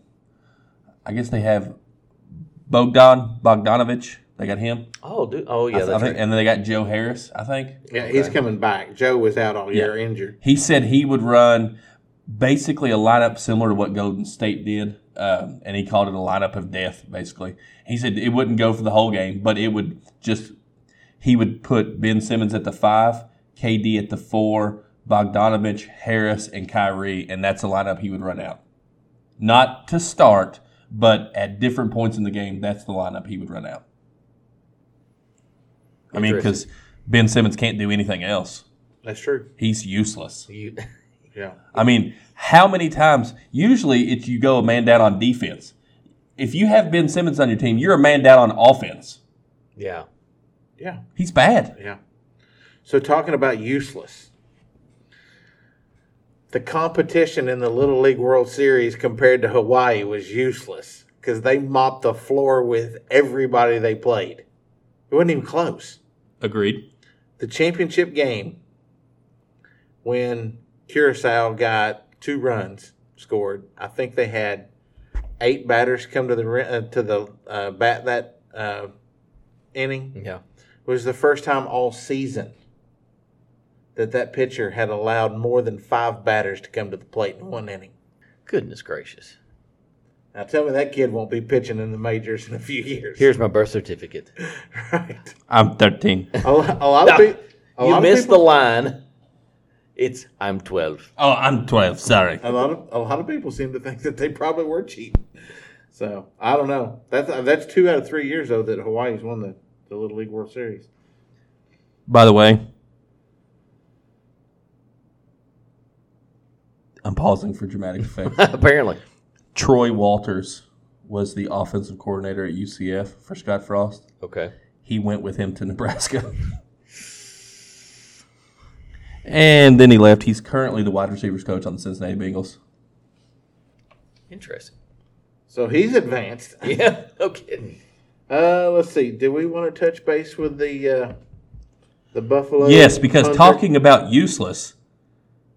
Speaker 4: I guess they have Bogdan Bogdanovich. They got him.
Speaker 5: Oh, dude. Oh,
Speaker 4: I
Speaker 5: yeah.
Speaker 4: th- I
Speaker 5: That's
Speaker 4: think,
Speaker 5: right.
Speaker 4: and then they got Joe Harris. I think
Speaker 2: yeah, he's coming back. Joe was out all year injured.
Speaker 4: he said he would run basically a lineup similar to what Golden State did, um, and he called it a lineup of death. Basically, he said it wouldn't go for the whole game, but it would just he would put Ben Simmons at the five, KD at the four, Bogdanovich, Harris, and Kyrie, and that's a lineup he would run out. Not to start, but at different points in the game, that's the lineup he would run out. I mean, because Ben Simmons can't do anything else.
Speaker 2: That's true.
Speaker 4: He's useless.
Speaker 5: You,
Speaker 2: Yeah.
Speaker 4: I mean, how many times? Usually, it's you go a man down on defense. If you have Ben Simmons on your team, you're a man down on offense.
Speaker 5: yeah.
Speaker 2: Yeah.
Speaker 4: He's bad.
Speaker 2: Yeah. So talking about useless. The competition in the Little League World Series compared to Hawaii was useless because they mopped the floor with everybody they played. It wasn't even close.
Speaker 4: Agreed.
Speaker 2: The championship game, when Curacao got two runs scored, I think they had eight batters come to the re- uh, to the uh, bat that uh, inning
Speaker 5: Yeah.
Speaker 2: was the first time all season that that pitcher had allowed more than five batters to come to the plate in one inning.
Speaker 5: Goodness gracious.
Speaker 2: Now tell me that kid won't be pitching in the majors in a few years.
Speaker 5: Here's my birth certificate.
Speaker 2: right.
Speaker 4: I'm 13.
Speaker 2: A, lo- a lot of people.
Speaker 5: you missed the line. It's I'm 12.
Speaker 4: Oh, I'm 12. Sorry.
Speaker 2: A lot of a lot of people seem to think that they probably were cheating. So I don't know. That's that's two out of three years though that Hawaii's won the, the Little League World Series.
Speaker 4: By the way, I'm pausing for dramatic effect.
Speaker 5: Apparently.
Speaker 4: Troy Walters was the offensive coordinator at UCF for Scott Frost.
Speaker 5: Okay.
Speaker 4: He went with him to Nebraska. and then he left. He's currently the wide receivers coach on the Cincinnati Bengals.
Speaker 5: Interesting.
Speaker 2: So he's advanced.
Speaker 5: Yeah, no kidding.
Speaker 2: Uh, let's see. Do we want to touch base with the uh, the Buffalo?
Speaker 4: Yes, because
Speaker 2: Hunter?
Speaker 4: talking about useless,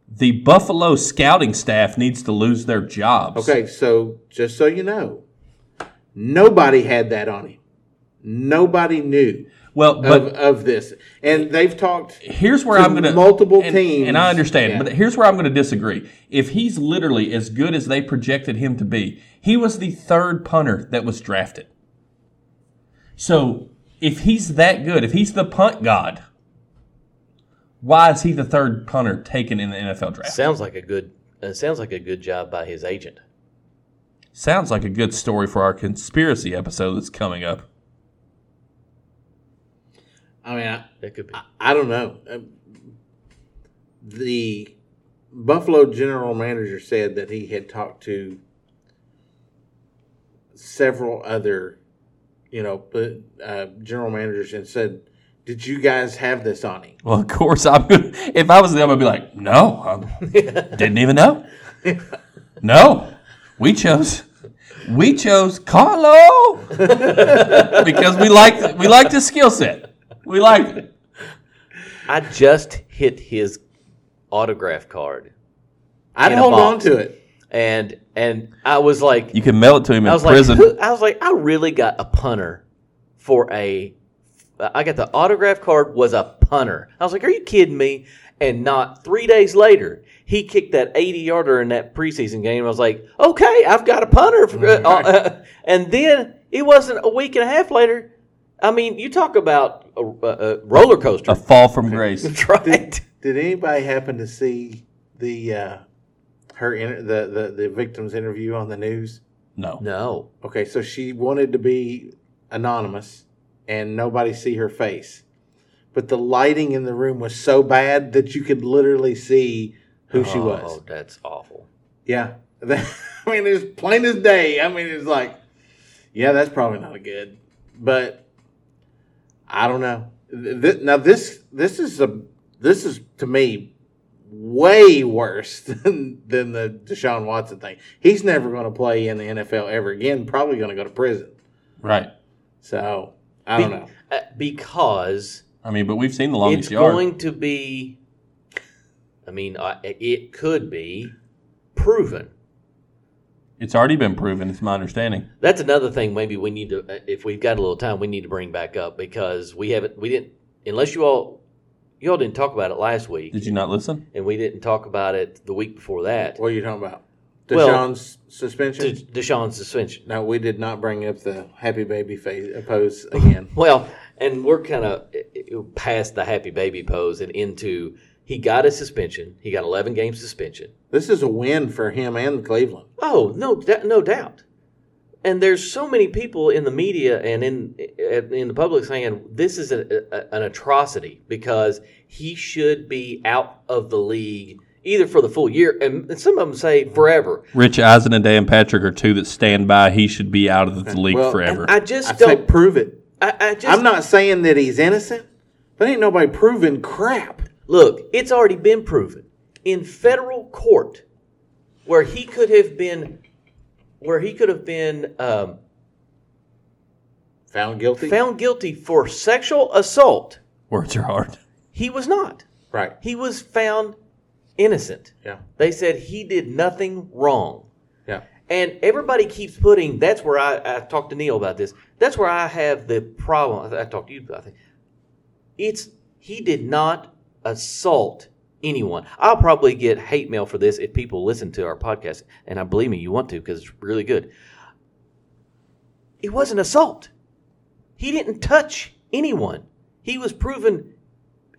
Speaker 4: the Buffalo scouting staff needs to lose their jobs.
Speaker 2: Okay, so just so you know, nobody had that on him. Nobody knew
Speaker 4: Well,
Speaker 2: of,
Speaker 4: but
Speaker 2: of this, and they've talked.
Speaker 4: here's where
Speaker 2: to
Speaker 4: I'm going to
Speaker 2: multiple
Speaker 4: and,
Speaker 2: teams.
Speaker 4: and I understand,
Speaker 2: Yeah.
Speaker 4: but here's where I'm going to disagree. If he's literally as good as they projected him to be, he was the third punter that was drafted. So if he's that good, if he's the punt god, why is he the third punter taken in the NFL draft?
Speaker 5: Sounds like a good uh, sounds like a good job by his agent.
Speaker 4: Sounds like a good story for our conspiracy episode that's coming up.
Speaker 2: I mean, I,
Speaker 5: That could be.
Speaker 2: I don't know. Um, The Buffalo general manager said that he had talked to several other, you know, uh, general managers and said, "Did you guys have this on him?"
Speaker 4: Well, of course, I'm. Gonna, if I was them, I'd be like, no, I didn't even know. No, we chose, we chose Carlo because we like we liked his skill set. We liked it.
Speaker 5: I just hit his autograph card
Speaker 2: I'd
Speaker 5: In a
Speaker 2: hold on
Speaker 5: box.
Speaker 2: to it.
Speaker 5: and and I was like
Speaker 4: You can mail it to him in
Speaker 5: I was
Speaker 4: prison.
Speaker 5: like who, I was like I really got a punter for a I got the autograph card was a punter. I was like are you kidding me? And not 3 days later he kicked that 80-yarder in that preseason game. I was like, "Okay, I've got a punter." For, uh, uh, and then it wasn't a week and a half later. I mean, you talk about a, a, a roller coaster.
Speaker 4: a fall from grace.
Speaker 5: That's right.
Speaker 2: Did anybody happen to see the uh, her inter- the, the the victim's interview on the news?
Speaker 4: No,
Speaker 5: No.
Speaker 2: Okay, so she wanted to be anonymous and nobody see her face. But the lighting in the room was so bad that you could literally see who she was.
Speaker 5: Oh, that's awful.
Speaker 2: Yeah. I mean, it's plain as day. I mean, it's like, yeah, that's probably not a good. But I don't know. Th- th- Now this this is a this is to me way worse than, than the Deshaun Watson thing. He's never going to play in the NFL ever again. Probably going to go to prison.
Speaker 4: right.
Speaker 2: So I don't know.
Speaker 5: Uh, because
Speaker 4: I mean, but we've seen the longest
Speaker 5: it's
Speaker 4: yard.
Speaker 5: going to be, I mean, I, it could be proven.
Speaker 4: it's already been proven. It's my understanding.
Speaker 5: That's another thing. Maybe we need to, uh, if we've got a little time, we need to bring back up because we haven't, we didn't, unless you all, you all didn't talk about it last week,
Speaker 4: Did you not listen?
Speaker 5: and we didn't talk about it the week before that.
Speaker 2: What are you talking about?
Speaker 5: Well-
Speaker 2: Deshaun's suspension.
Speaker 5: De- Deshaun's suspension.
Speaker 2: no, we did not bring up the happy baby face uh, pose again.
Speaker 5: Well, and we're kind of past the happy baby pose and into he got a suspension. He got 11 game suspension.
Speaker 2: this is a win for him and Cleveland.
Speaker 5: Oh no, da- no doubt. And there's so many people in the media and in in the public saying this is a, a, an atrocity because he should be out of the league either for the full year and, and some of them say forever.
Speaker 4: Rich Eisen and Dan Patrick are two that stand by. He should be out of the league
Speaker 2: Well,
Speaker 4: forever.
Speaker 5: I just
Speaker 2: I say
Speaker 5: don't.
Speaker 2: prove it.
Speaker 5: I, I just
Speaker 2: I'm not saying that he's innocent, but ain't nobody proving crap.
Speaker 5: Look, it's already been proven in federal court where he could have been where he could have been um,
Speaker 2: Found guilty.
Speaker 5: found guilty for sexual assault.
Speaker 4: Words are hard.
Speaker 5: He was not.
Speaker 2: right.
Speaker 5: He was found innocent.
Speaker 2: Yeah.
Speaker 5: They said he did nothing wrong.
Speaker 2: Yeah.
Speaker 5: And everybody keeps putting that's where I, I talked to Neil about this. That's where I have the problem. I th- I talked to you about it. It's he did not assault anyone. I'll probably get hate mail for this if people listen to our podcast, and I believe me, you want to because it's really good. It wasn't assault. He didn't touch anyone. He was proven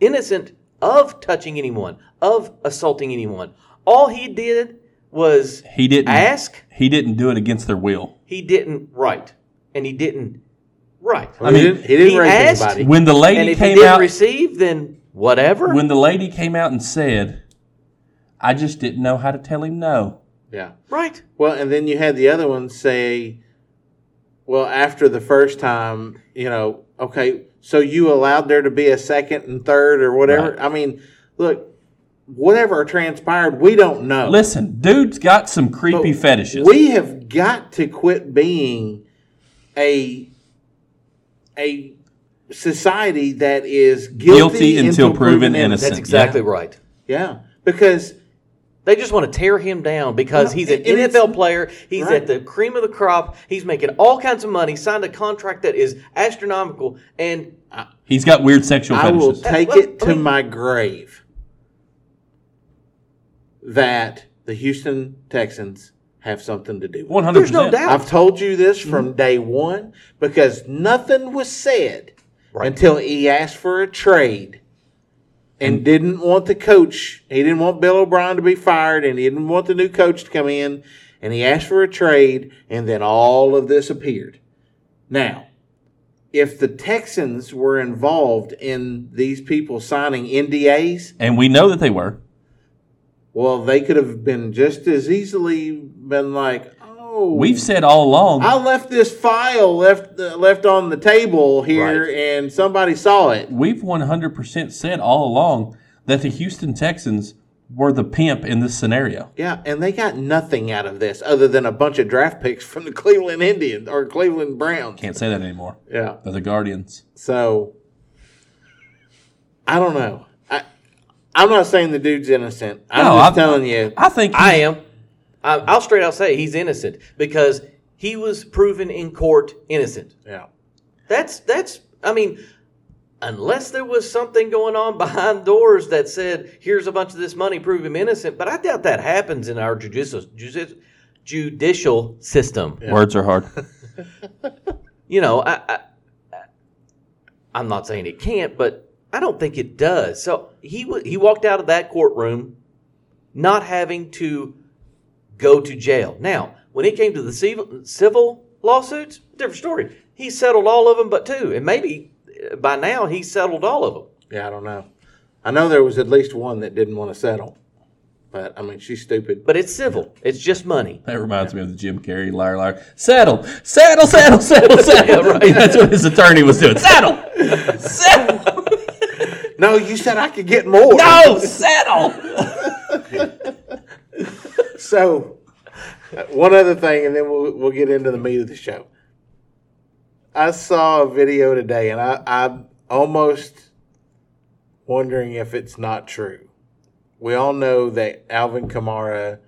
Speaker 5: innocent of touching anyone, of assaulting anyone. All he did was
Speaker 4: He didn't
Speaker 5: ask.
Speaker 4: He didn't do it against their will.
Speaker 5: He didn't write, and he didn't write.
Speaker 2: I mean, he didn't, he didn't
Speaker 5: he
Speaker 2: rape
Speaker 5: asked-
Speaker 2: anybody.
Speaker 4: When the
Speaker 5: and
Speaker 4: lady
Speaker 5: if he
Speaker 4: came
Speaker 5: didn't
Speaker 4: out,
Speaker 5: receive, then whatever.
Speaker 4: when the lady came out and said, "I just didn't know how to tell him no."
Speaker 2: yeah.
Speaker 5: right?
Speaker 2: Well, and then you had the other one say, well, after the first time, you know, okay, so you allowed there to be a second and third or whatever. I mean, look, whatever transpired, we don't know.
Speaker 4: Listen, dude's got some creepy
Speaker 2: But
Speaker 4: fetishes.
Speaker 2: We have got to quit being a a society that is guilty,
Speaker 4: Guilty until proven innocent.
Speaker 5: That's exactly right.
Speaker 2: Yeah, because
Speaker 5: They just want to tear him down because
Speaker 2: Well,
Speaker 5: he's an
Speaker 2: and- and it's-
Speaker 5: NFL player. He's
Speaker 2: Right.
Speaker 5: at the cream of the crop. He's making all kinds of money. Signed a contract that is astronomical, and
Speaker 4: He's got weird sexual
Speaker 2: I will
Speaker 4: fetishes.
Speaker 2: take
Speaker 5: Well,
Speaker 2: it
Speaker 5: I
Speaker 2: to
Speaker 5: mean-
Speaker 2: my grave that the Houston Texans have something to do with. it.
Speaker 4: One hundred
Speaker 5: there's no
Speaker 4: percent.
Speaker 5: doubt.
Speaker 2: I've told you this from day one because nothing was said until he asked for a trade and didn't want the coach. He didn't want Bill O'Brien to be fired and he didn't want the new coach to come in. And he asked for a trade and then all of this appeared. Now, if the Texans were involved in these people signing NDAs,
Speaker 4: And we know that they were.
Speaker 2: well, they could have been just as easily been like, oh,
Speaker 4: We've said all along.
Speaker 2: I left this file left uh, left on the table here, and somebody saw it.
Speaker 4: we've 100% said all along that the Houston Texans were the pimp in this scenario.
Speaker 2: Yeah, and they got nothing out of this other than a bunch of draft picks from the Cleveland Indians or Cleveland Browns.
Speaker 4: Can't say that anymore.
Speaker 2: Yeah,
Speaker 4: They're the Guardians.
Speaker 2: so I don't know. I I'm not saying the dude's innocent. I'm
Speaker 4: No,
Speaker 2: just
Speaker 4: I-
Speaker 2: telling you.
Speaker 4: I think
Speaker 5: I am. I, I'll straight out say he's innocent because he was proven in court innocent.
Speaker 2: yeah,
Speaker 5: That's that's. I mean, unless there was something going on behind doors that said, "Here's a bunch of this money, prove him innocent," but I doubt that happens in our judicial judi- judicial system.
Speaker 4: words are hard.
Speaker 5: You know, I, I, I'm not saying it can't, but I don't think it does. So he wa he walked out of that courtroom not having to go to jail. Now, when it came to the civil, civil lawsuits, different story. He settled all of them but two, and maybe uh, by now he settled all of them.
Speaker 2: yeah. I don't know. I know there was at least one that didn't want to settle, but I mean she's stupid.
Speaker 5: But it's civil. It's just money.
Speaker 4: That reminds me of the Jim Carrey liar liar. Saddle, saddle, saddle, saddle, saddle.
Speaker 5: right.
Speaker 4: That's what his attorney was doing. Saddle, saddle,
Speaker 2: No, you said I could get more.
Speaker 4: no, saddle.
Speaker 2: So, uh, one other thing, and then we'll we'll get into the meat of the show. I saw a video today, and I, I'm almost wondering if it's not true. We all know that Alvin Kamara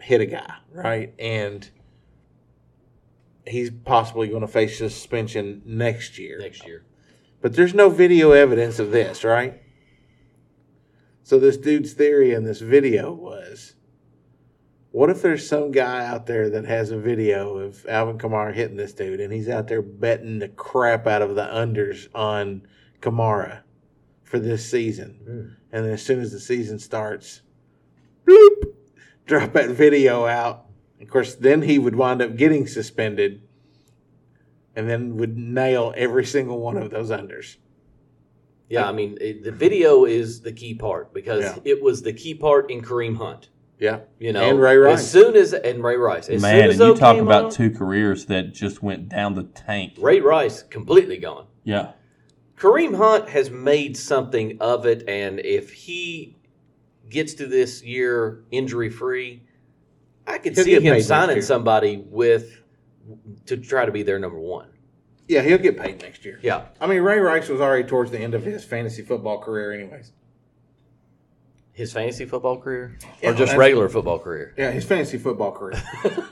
Speaker 2: hit a guy, right? And he's possibly going to face suspension next year.
Speaker 5: Next year.
Speaker 2: But there's no video evidence of this, right? So this dude's theory in this video was what if there's some guy out there that has a video of Alvin Kamara hitting this dude and he's out there betting the crap out of the unders on Kamara for this season. And then as soon as the season starts, bloop, drop that video out. Of course, then he would wind up getting suspended and then would nail every single one of those unders.
Speaker 5: Yeah, I mean, it, the video is the key part because
Speaker 2: Yeah.
Speaker 5: it was the key part in Kareem Hunt.
Speaker 2: Yeah.
Speaker 5: You know,
Speaker 2: And Ray Rice.
Speaker 5: As soon as and Ray Rice, as soon
Speaker 4: Man,
Speaker 5: as
Speaker 4: and you
Speaker 5: those
Speaker 4: talk
Speaker 5: came
Speaker 4: about
Speaker 5: on,
Speaker 4: two careers that just went down the tank.
Speaker 5: Ray Rice completely gone.
Speaker 4: Yeah,
Speaker 5: Kareem Hunt has made something of it, and if he gets to this year injury free, I could
Speaker 2: He'll
Speaker 5: see
Speaker 2: get paid
Speaker 5: him
Speaker 2: next year.
Speaker 5: signing somebody with to try to be their number one.
Speaker 2: Yeah, he'll get paid next year.
Speaker 5: Yeah,
Speaker 2: I mean, Ray Rice was already towards the end of his fantasy football career, anyways.
Speaker 5: his fantasy football career
Speaker 2: Yeah,
Speaker 5: or just
Speaker 2: that's-
Speaker 5: regular football career.
Speaker 2: Yeah, his fantasy football career.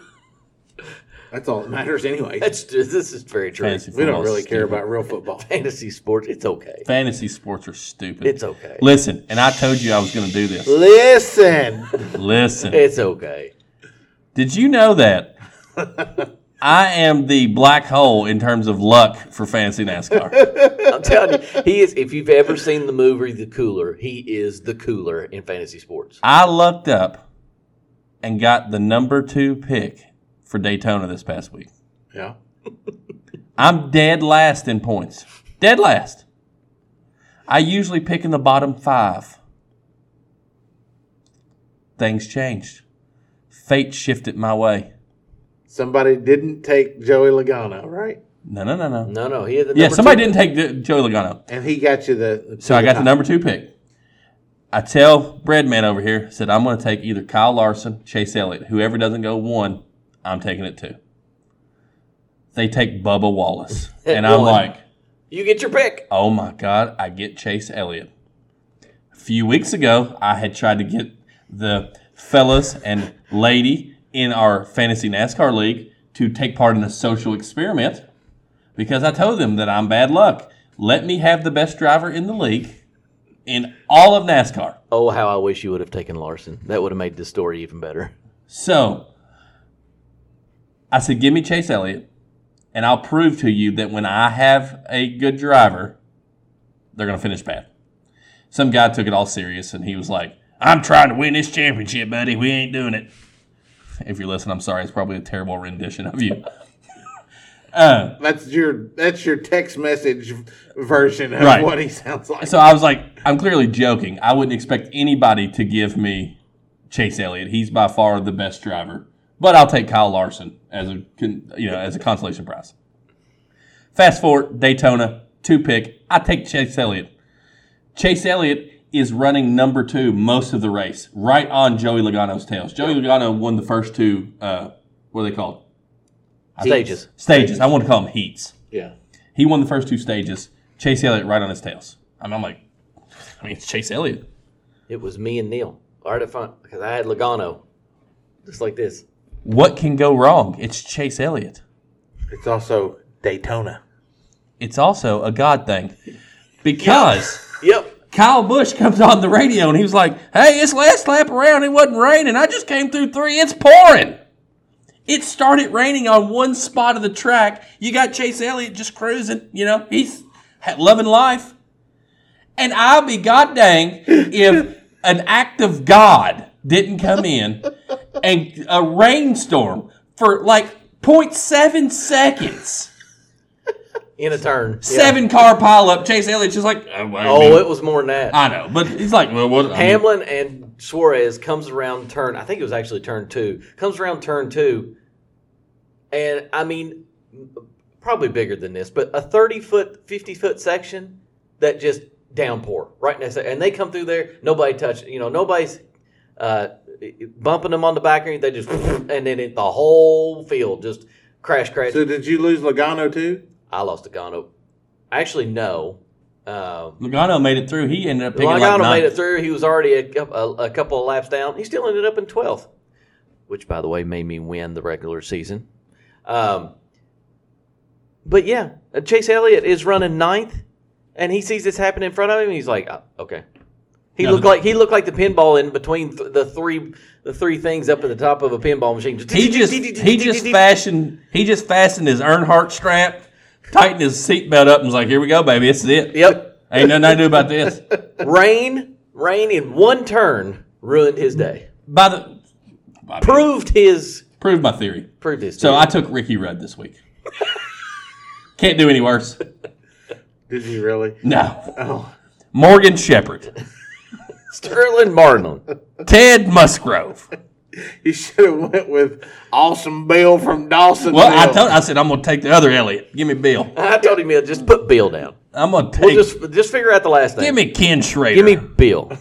Speaker 2: That's all that matters, anyways.
Speaker 5: That's this is very true.
Speaker 4: fantasy
Speaker 2: we don't
Speaker 4: football's
Speaker 2: really care
Speaker 4: stupid.
Speaker 2: about real football.
Speaker 5: fantasy sports, it's okay.
Speaker 4: fantasy sports. Are stupid.
Speaker 5: It's okay.
Speaker 4: Listen, and I told you I was going to do this.
Speaker 2: Listen,
Speaker 4: Listen,
Speaker 5: It's okay.
Speaker 4: Did you know that I am the black hole in terms of luck for fantasy NASCAR.
Speaker 5: I'm telling you, he is. If you've ever seen the movie The Cooler, he is the cooler in fantasy sports.
Speaker 4: I lucked up and got the number two pick for Daytona this past week.
Speaker 2: Yeah.
Speaker 4: I'm dead last in points. Dead last. I usually pick in the bottom five. Things changed. Fate shifted my way.
Speaker 2: Somebody didn't take Joey Logano, right?
Speaker 4: No, no, no, no.
Speaker 5: No, no, he had the
Speaker 4: Yeah,
Speaker 5: number
Speaker 4: somebody
Speaker 5: two.
Speaker 4: didn't take the- Joey Logano.
Speaker 2: And he got you the.
Speaker 4: So I got the
Speaker 2: top.
Speaker 4: number two pick. I tell Breadman over here, said, I'm going to take either Kyle Larson, Chase Elliott. Whoever doesn't go one, I'm taking it two. They take Bubba Wallace. And I'm
Speaker 5: One.
Speaker 4: like,
Speaker 5: You get your pick.
Speaker 4: oh my God, I get Chase Elliott. A few weeks ago, I had tried to get the fellas and lady in our fantasy NASCAR league to take part in a social experiment because I told them that I'm bad luck. Let me have the best driver in the league in all of NASCAR.
Speaker 5: Oh, how I wish you would have taken Larson. That would have made this story even better.
Speaker 4: So I said, give me Chase Elliott, and I'll prove to you that when I have a good driver, they're going to finish bad. Some guy took it all serious, and he was like, I'm trying to win this championship, buddy. We ain't doing it. If you're listening, I'm sorry. It's probably a terrible rendition of you. uh,
Speaker 2: That's your that's your text message version of
Speaker 4: Right.
Speaker 2: what he sounds like.
Speaker 4: so I was like, I'm clearly joking. I wouldn't expect anybody to give me Chase Elliott. He's by far the best driver, but I'll take Kyle Larson as a con- you know as a consolation prize. Fast forward Daytona two pick. I take Chase Elliott. Chase Elliott is running number two most of the race, right on Joey Logano's tails. Joey Logano won the first two. Uh, what are they called?
Speaker 5: Stages.
Speaker 4: Stages. I want to call them heats.
Speaker 2: yeah.
Speaker 4: He won the first two stages. Chase Elliott right on his tails. I mean, I'm like, I mean, it's Chase Elliott.
Speaker 5: It was me and Neil. All right, fine, because I had Logano, just like this.
Speaker 4: What can go wrong? It's Chase Elliott.
Speaker 2: It's also Daytona.
Speaker 4: It's also a God thing because
Speaker 5: Yep.
Speaker 4: Kyle Bush comes on the radio and he was like, hey, it's last lap around. It wasn't raining. I just came through three. It's pouring. It started raining on one spot of the track. You got Chase Elliott just cruising. You know, he's ha- loving life. And I'll be goddamn if an act of God didn't come in and a rainstorm for like 0.7 seconds.
Speaker 5: In a turn.
Speaker 4: Seven car pileup. Chase Elliott's just like, oh, I, mean,
Speaker 5: Oh, it was more than that.
Speaker 4: I know. But he's like, well, what? I mean,
Speaker 5: Hamlin and Suarez comes around turn. I think it was actually turn two. Comes around turn two, and I mean, probably bigger than this, but a thirty foot, fifty foot section that just downpour right next. To, and they come through there. Nobody touched. You know, nobody's uh, bumping them on the back or anything. They just and then it, the whole field just crash, crash.
Speaker 2: So did you lose Logano too?
Speaker 5: I lost Logano. Actually, no. Um,
Speaker 4: Logano made it through. He ended up picking like
Speaker 5: Logano
Speaker 4: ninth.
Speaker 5: made it through. He was already a, cou- a, a couple of laps down. He still ended up in 12th, which, by the way, made me win the regular season. Um, but yeah, uh, Chase Elliott is running ninth, and he sees this happen in front of him. And he's like, "Oh, okay. He
Speaker 4: No,
Speaker 5: looked
Speaker 4: the-
Speaker 5: like he looked like the pinball in between th- the three the three things up at the top of a pinball machine.
Speaker 4: He just he just fashioned he just fastened his Earnhardt strap, tightened his seatbelt up, and was like, "Here we go, baby. This is it.
Speaker 5: Yep,
Speaker 4: Ain't nothing I can do about this."
Speaker 5: rain rain in one turn ruined his day.
Speaker 4: By the I mean,
Speaker 5: Proved his
Speaker 4: prove my theory.
Speaker 5: proved his.
Speaker 4: So
Speaker 5: theory.
Speaker 4: I took Ricky Rudd this week. Can't do any worse.
Speaker 2: Did you really?
Speaker 4: No.
Speaker 2: Oh,
Speaker 4: Morgan Shepherd,
Speaker 5: Sterling Marlin.
Speaker 4: Ted Musgrove.
Speaker 2: you should have went with Awesome Bill from Dawson.
Speaker 4: Well, I told I said I'm gonna take the other Elliot. Give me Bill.
Speaker 5: I told him, yeah, just put Bill down.
Speaker 4: I'm gonna take.
Speaker 5: We'll just just figure out the last name.
Speaker 4: give me Ken Schrader.
Speaker 5: give me Bill.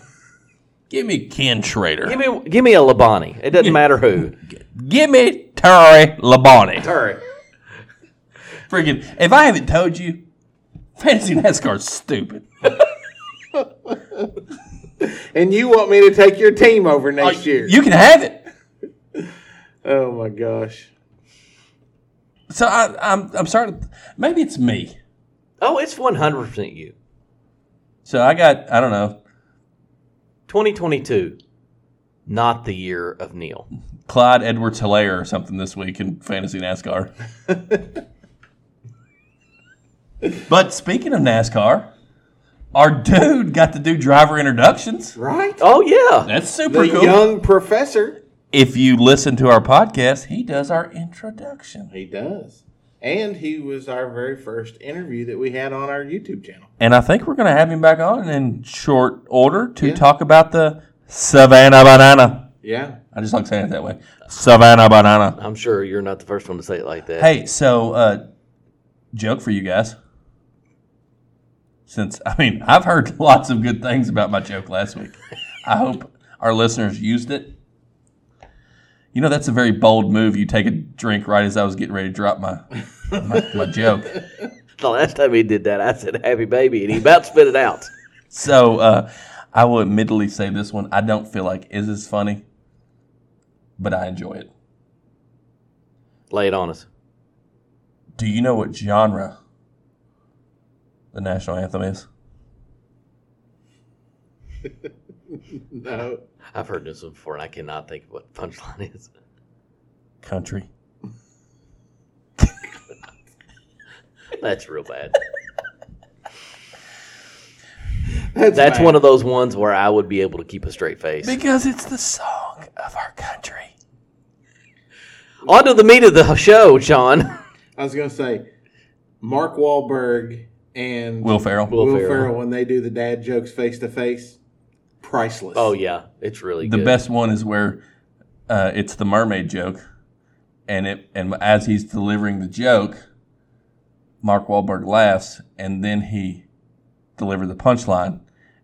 Speaker 4: give me Ken Schrader.
Speaker 5: give me give me a Labani. It doesn't matter who.
Speaker 4: Give me Terry Labonte.
Speaker 2: Sorry.
Speaker 4: Freaking, if I haven't told you, fantasy NASCAR's stupid.
Speaker 2: And you want me to take your team over next year?
Speaker 4: You can have it.
Speaker 2: oh my gosh.
Speaker 4: So I, I'm, I'm starting. Maybe it's me.
Speaker 5: Oh, it's one hundred percent you.
Speaker 4: So I got, I don't know,
Speaker 5: Twenty twenty two. not the year of Neil.
Speaker 4: Clyde Edwards Hilaire or something this week in fantasy NASCAR. but speaking of NASCAR, our dude got to do driver introductions.
Speaker 2: Right?
Speaker 5: Oh yeah,
Speaker 4: That's super
Speaker 2: the
Speaker 4: cool.
Speaker 2: young professor.
Speaker 4: if you listen to our podcast, he does our introduction.
Speaker 2: He does. And he was our very first interview that we had on our YouTube channel.
Speaker 4: And I think we're going to have him back on in short order to talk about the Savannah banana.
Speaker 2: Yeah.
Speaker 4: I just like saying it that way. Savannah banana.
Speaker 5: I'm sure you're not the first one to say it like that.
Speaker 4: Hey, so uh joke for you guys. Since I mean, I've heard lots of good things about my joke last week. I hope our listeners used it. You know, that's a very bold move. You take a drink right as I was getting ready to drop my my, my joke.
Speaker 5: The last time he did that, I said "Happy Baby," and he about spit it out.
Speaker 4: So uh, I will admittedly say this one I don't feel like is as funny, but I enjoy it.
Speaker 5: Lay it on us.
Speaker 4: Do you know what genre the national anthem is?
Speaker 2: No.
Speaker 5: I've heard this one before, and I cannot think of what the punchline is.
Speaker 4: Country.
Speaker 5: That's real bad.
Speaker 2: That's,
Speaker 5: That's
Speaker 2: bad.
Speaker 5: one of those ones where I would be able to keep a straight face.
Speaker 4: Because it's the song of our country.
Speaker 5: On to the meat of the show, Sean.
Speaker 2: I was going to say Mark Wahlberg and
Speaker 4: Will Ferrell.
Speaker 5: Will
Speaker 2: Will
Speaker 5: Ferrell.
Speaker 2: Ferrell when they do the dad jokes face to face. Priceless.
Speaker 5: Oh yeah, it's really
Speaker 4: the
Speaker 5: good.
Speaker 4: best one is where uh, it's the mermaid joke, and it and as he's delivering the joke, Mark Wahlberg laughs, and then he delivers the punchline,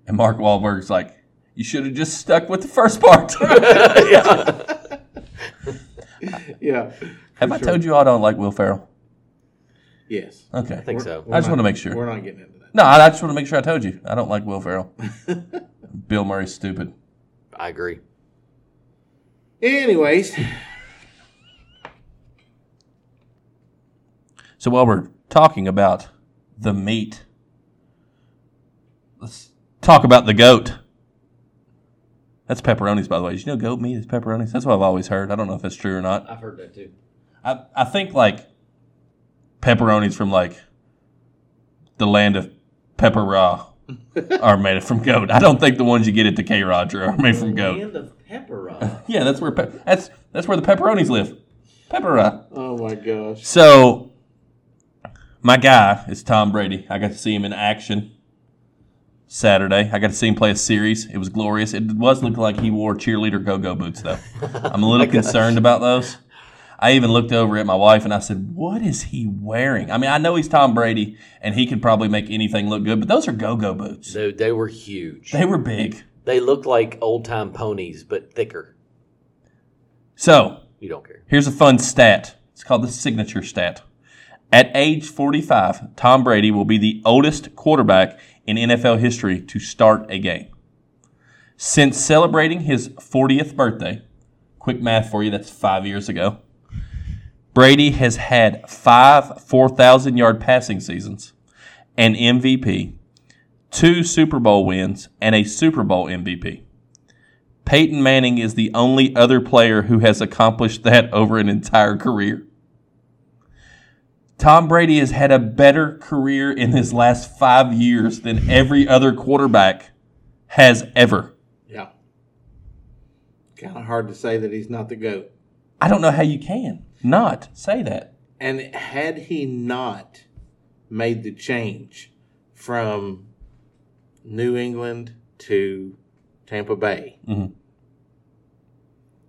Speaker 4: and Mark Wahlberg's like, "You should have just stuck with the first part."
Speaker 2: Yeah.
Speaker 4: have I told you I don't like Will Ferrell?
Speaker 2: Yes.
Speaker 4: Okay,
Speaker 5: I think so.
Speaker 4: I just want to make sure.
Speaker 2: We're not getting into that.
Speaker 4: No, I I just want to make sure I told you I don't like Will Ferrell. Bill Murray's stupid.
Speaker 5: I agree.
Speaker 2: Anyways,
Speaker 4: So while we're talking about the meat, let's talk about the goat. That's pepperonis, by the way. Did you know goat meat is pepperonis? That's what I've always heard. I don't know if that's true or not.
Speaker 5: I've heard that too.
Speaker 4: I, I think like pepperonis from like the land of pepper raw are made from goat. I don't think the ones you get at the K Roger are made from goat.
Speaker 5: of pepper.
Speaker 4: Yeah, that's where pe- that's that's where the pepperonis live. Pepper raw.
Speaker 2: oh my gosh.
Speaker 4: So, my guy is Tom Brady. I got to see him in action Saturday. I got to see him play a series. It was glorious. It was looking like he wore cheerleader go go boots, though. I'm a little concerned about those. I even looked over at my wife and I said, What is he wearing? I mean, I know he's Tom Brady and he could probably make anything look good, but those are go go boots.
Speaker 5: Dude, they were huge.
Speaker 4: They were big.
Speaker 5: They look like old time ponies, but thicker.
Speaker 4: So,
Speaker 5: You don't care.
Speaker 4: Here's a fun stat. It's called the signature stat. At age 45, Tom Brady will be the oldest quarterback in NFL history to start a game. Since celebrating his 40th birthday, quick math for you, that's five years ago, Brady has had five 4,000 yard passing seasons, an MVP, two Super Bowl wins, and a Super Bowl MVP. Peyton Manning is the only other player who has accomplished that over an entire career. Tom Brady has had a better career in his last five years than every other quarterback has ever.
Speaker 2: Yeah. Kind of hard to say that he's not the GOAT.
Speaker 4: I don't know how you can not say that.
Speaker 2: And had he not made the change from New England to Tampa Bay,
Speaker 4: Mhm.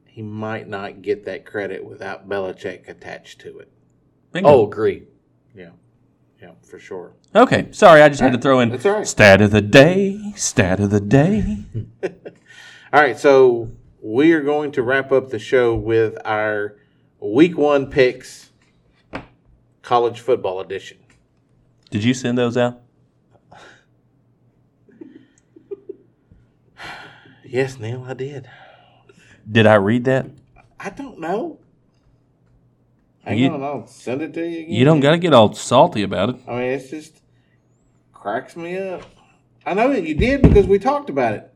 Speaker 2: he might not get that credit without Belichick attached to it.
Speaker 4: Bingo.
Speaker 5: Oh, agree.
Speaker 2: Yeah. Yeah, for sure.
Speaker 4: okay. Sorry, I just had to throw in
Speaker 2: That's all right.
Speaker 4: stat of the day, stat of the day.
Speaker 2: All right, so we are going to wrap up the show with our week one picks, college football edition.
Speaker 4: Did you send those out?
Speaker 2: Yes, Neil, I did.
Speaker 4: Did I read that?
Speaker 2: I don't know. Hang
Speaker 4: You-
Speaker 2: on, I'll send it to you again.
Speaker 4: You don't got to get all salty about it.
Speaker 2: I mean, it's just cracks me up. I know that you did because we talked about it.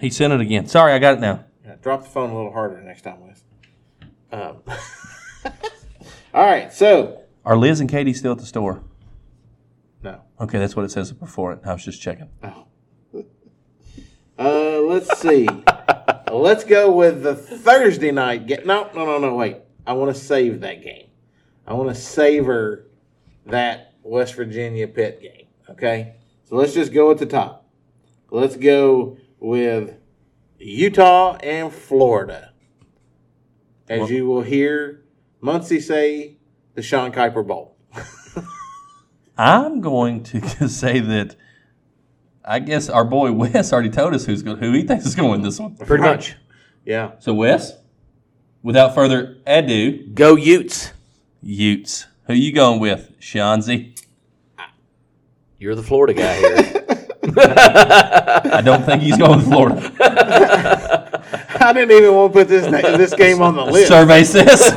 Speaker 4: He sent it again. Sorry, I got it now.
Speaker 2: Yeah, drop the phone a little harder next time, Wes. Um, all right, so
Speaker 4: Are Liz and Katie still at the store?
Speaker 2: no.
Speaker 4: Okay, that's what it says before it. I was just checking.
Speaker 2: Oh. Uh, let's see. let's go with the Thursday night game. No, no, no, no. Wait. I want to save that game. I want to savor that West Virginia Pitt game. Okay. So let's just go at the top. Let's go with Utah and Florida. As you will hear Muncie say, the Sean Kuiper Bowl.
Speaker 4: I'm going to say that I guess our boy Wes already told us who's going, who he thinks is going to win this one.
Speaker 5: Pretty much.
Speaker 2: Yeah.
Speaker 4: So Wes, without further ado,
Speaker 5: Go Utes.
Speaker 4: Utes. Who you going with, Shanzi?
Speaker 5: You're the Florida guy here.
Speaker 4: I don't think he's going to Florida.
Speaker 2: I didn't even want to put this na- this game on the list.
Speaker 4: Survey says.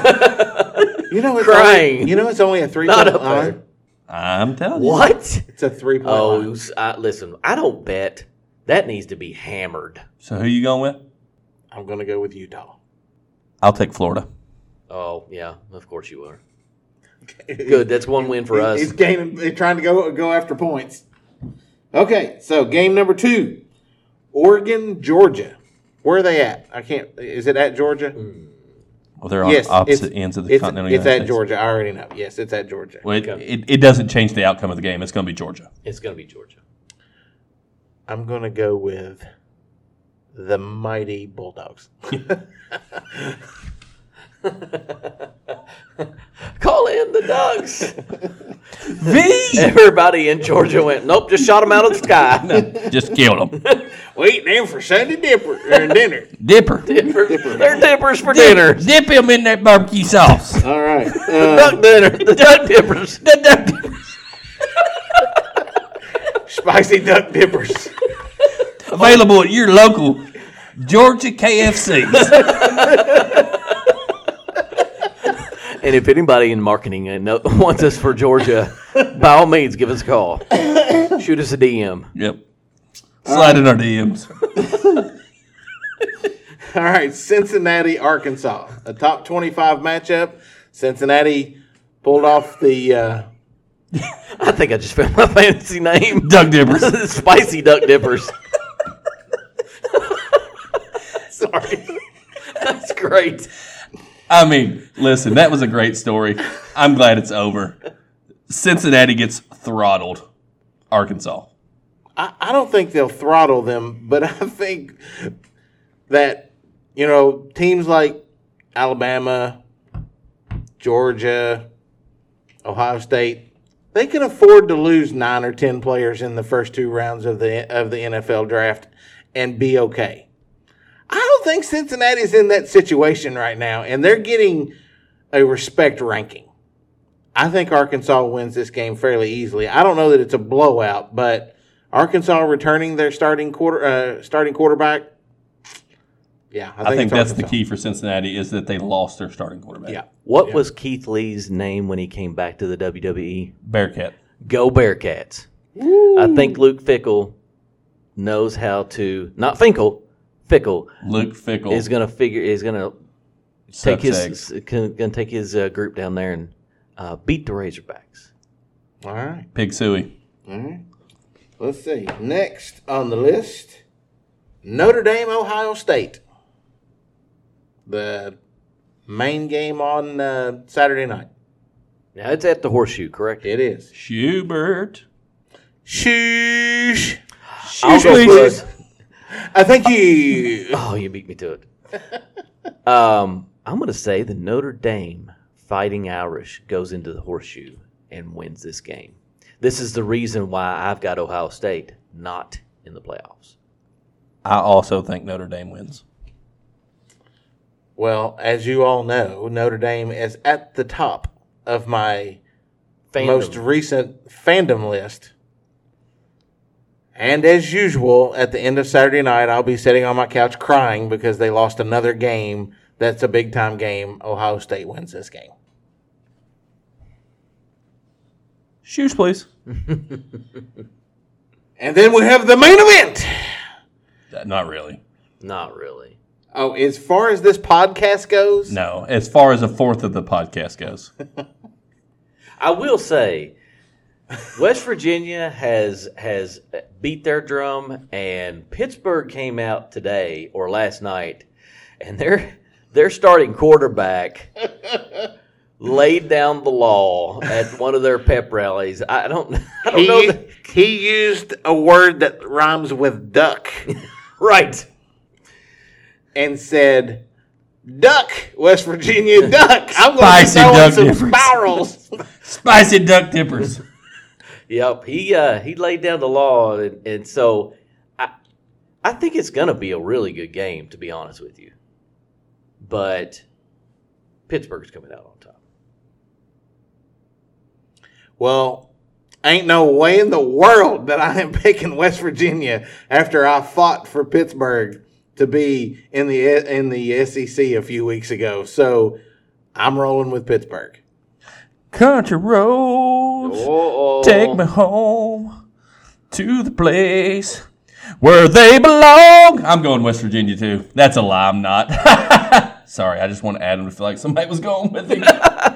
Speaker 2: You know, it's
Speaker 5: Crying.
Speaker 2: Only, you know, it's only a three
Speaker 5: Not
Speaker 2: point
Speaker 5: up there.
Speaker 2: line.
Speaker 4: I'm telling you.
Speaker 5: what?
Speaker 2: It's a three point
Speaker 5: Oh,
Speaker 2: line.
Speaker 5: s- I, listen, I don't bet. That needs to be hammered.
Speaker 4: So who you going with?
Speaker 2: I'm gonna go with Utah.
Speaker 4: I'll take Florida.
Speaker 5: Oh, yeah, of course you are. Good, that's one win for
Speaker 2: He-
Speaker 5: us.
Speaker 2: He's gaining. He's trying to go go after points. Okay, so game number two, Oregon, Georgia. Where are they at? I can't. Is it at Georgia?
Speaker 4: Well, they're on
Speaker 2: Yes,
Speaker 4: opposite
Speaker 2: it's-
Speaker 4: ends of the
Speaker 2: it's,
Speaker 4: continental
Speaker 2: It's
Speaker 4: United
Speaker 2: at
Speaker 4: States.
Speaker 2: Georgia. I already know. Yes, it's at Georgia.
Speaker 4: Well, it, it, it doesn't change the outcome of the game. It's going to be Georgia.
Speaker 5: It's going to be Georgia.
Speaker 2: I'm gonna go with the mighty Bulldogs.
Speaker 5: Call in the Ducks.
Speaker 4: V!
Speaker 5: Everybody in Georgia went, nope, just shot them out of the sky.
Speaker 4: Just killed them.
Speaker 2: Waiting in for Sunday dipper or dinner.
Speaker 4: Dipper.
Speaker 5: Dipper- They're dippers for dinner.
Speaker 4: Dip him in that barbecue sauce.
Speaker 2: All right.
Speaker 5: The
Speaker 2: Uh,
Speaker 5: duck dinner. The duck dippers.
Speaker 2: spicy duck dippers.
Speaker 4: Available at your local Georgia KFCs.
Speaker 5: And if anybody in marketing uh, know- wants us for Georgia, by all means, give us a call. Shoot us a DM.
Speaker 4: yep. Slide in our DMs.
Speaker 2: All right, Cincinnati, Arkansas, a top twenty-five matchup. Cincinnati pulled off the uh,
Speaker 5: I think I just found my fantasy name.
Speaker 4: Duck Dippers.
Speaker 5: Spicy duck dippers.
Speaker 2: sorry.
Speaker 5: That's great.
Speaker 4: I mean, listen, that was a great story. I'm glad it's over. Cincinnati gets throttled. Arkansas.
Speaker 2: I, I don't think they'll throttle them, but I think that you know teams like Alabama, Georgia, Ohio State, they can afford to lose nine or ten players in the first two rounds of the of the NFL draft and be okay. I don't think Cincinnati's in that situation right now, and they're getting a respect ranking. I think Arkansas wins this game fairly easily. I don't know that it's a blowout, but Arkansas returning their starting quarter uh, starting quarterback. Yeah,
Speaker 4: I
Speaker 2: it's
Speaker 4: think, that's the
Speaker 2: Arkansas.
Speaker 4: key for Cincinnati is that they lost their starting quarterback.
Speaker 2: Yeah.
Speaker 5: What was Keith Lee's name when he came back to the E? WWE?
Speaker 4: Bearcat.
Speaker 5: Go Bearcats. I think Luke Fickle knows how to not Finkel, Fickle
Speaker 4: Luke Fickle.
Speaker 5: is going to figure is going to take
Speaker 4: sucks eggs.
Speaker 5: his going to take his uh, group down there and uh, beat the Razorbacks.
Speaker 2: All right.
Speaker 4: Pig Suey.
Speaker 2: All right. Let's see. Next on the list, Notre Dame, Ohio State. The main game on uh, Saturday night.
Speaker 5: Now it's at the Horseshoe, correct?
Speaker 2: It is.
Speaker 4: Schubert.
Speaker 2: Sheesh.
Speaker 5: I'll go
Speaker 4: Sheesh.
Speaker 5: first.
Speaker 2: I think you.
Speaker 5: Oh, you beat me to it. um, I'm going to say the Notre Dame Fighting Irish goes into the horseshoe and wins this game. This is the reason why I've got Ohio State not in the playoffs.
Speaker 4: I also think Notre Dame wins.
Speaker 2: Well, as you all know, Notre Dame is at the top of my
Speaker 5: Fandom.
Speaker 2: most recent fandom list. And as usual, at the end of Saturday night, I'll be sitting on my couch crying because they lost another game. That's a big time game. Ohio State wins this game.
Speaker 4: Shoes, please.
Speaker 2: And then we have the main event.
Speaker 4: Not really.
Speaker 5: not really.
Speaker 2: Oh, as far as this podcast goes,
Speaker 4: No, as far as a fourth of the podcast goes,
Speaker 5: I will say, West Virginia has has beat their drum, and Pittsburgh came out today or last night, and their their starting quarterback laid down the law at one of their pep rallies. I don't I don't
Speaker 2: he,
Speaker 5: know that,
Speaker 2: he used a word that rhymes with duck
Speaker 5: right.
Speaker 2: and said, "Duck, West Virginia duck." I'm going to
Speaker 4: Spicy
Speaker 2: throw in
Speaker 4: duck
Speaker 2: some
Speaker 4: difference.
Speaker 2: spirals.
Speaker 4: spicy duck dippers.
Speaker 5: Yep, he uh, he laid down the law, and, and so I I think it's gonna be a really good game, to be honest with you. But Pittsburgh's coming out on top.
Speaker 2: well, ain't no way in the world that I am picking West Virginia after I fought for Pittsburgh to be in the in the SEC a few weeks ago. So I'm rolling with Pittsburgh.
Speaker 3: Country roads,
Speaker 5: Oh,
Speaker 3: take me home to the place where they belong.
Speaker 4: I'm going West Virginia too. That's a lie. I'm not. Sorry, I just want Adam to feel like somebody was going with him.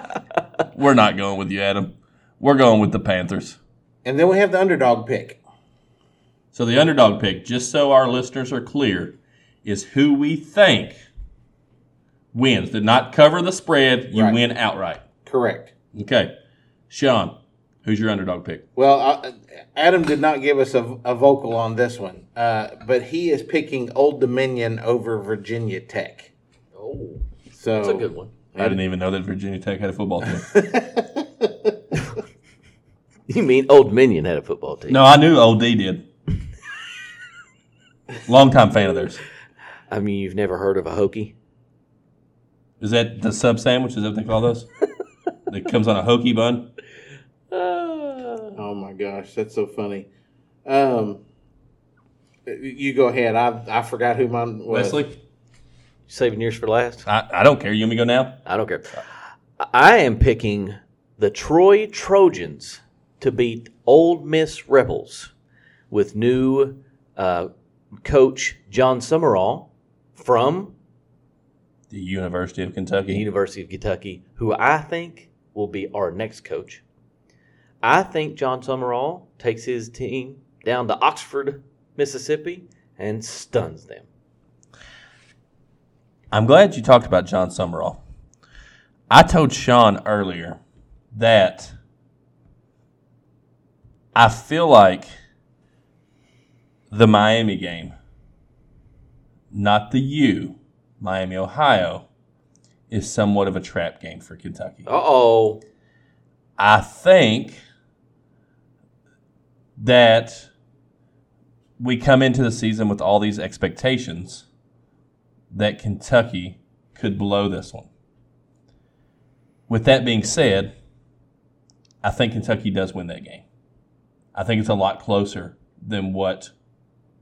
Speaker 4: We're not going with you, Adam. We're going with the Panthers.
Speaker 2: And then we have the underdog pick.
Speaker 4: So the underdog pick, just so our listeners are clear, is who we think wins. Did not cover the spread. You
Speaker 2: Right.
Speaker 4: win outright.
Speaker 2: Correct.
Speaker 4: Okay, Sean, who's your underdog pick?
Speaker 2: Well, uh, Adam did not give us a, a vocal on this one, uh, but he is picking Old Dominion over Virginia Tech.
Speaker 5: oh,
Speaker 2: So
Speaker 5: that's a good one.
Speaker 4: I didn't even know that Virginia Tech had a football team.
Speaker 5: You mean Old Minion had a football team?
Speaker 4: no, I knew Old D did. Longtime fan of theirs.
Speaker 5: I mean you've never heard of a Hokie.
Speaker 4: Is that the sub sandwich? Is that what they call those? that comes on a hokey bun.
Speaker 5: Uh,
Speaker 2: Oh my gosh, that's so funny. Um, you go ahead. I I forgot who mine was.
Speaker 4: Wesley,
Speaker 5: saving yours for last.
Speaker 4: I, I don't care. You want me to go now?
Speaker 5: I don't care. I am picking the Troy Trojans to beat Old Miss Rebels with new uh, coach John Summerall from
Speaker 4: The University of
Speaker 5: the
Speaker 4: Kentucky.
Speaker 5: University of Kentucky, who I think will be our next coach. I think John Summerall takes his team down to Oxford, Mississippi, and stuns them.
Speaker 4: I'm glad you talked about John Summerall. I told Sean earlier that I feel like the Miami game, not the U, Miami, Ohio, is somewhat of a trap game for Kentucky.
Speaker 5: Uh oh.
Speaker 4: I think that we come into the season with all these expectations that Kentucky could blow this one. With that being said, I think Kentucky does win that game. I think it's a lot closer than what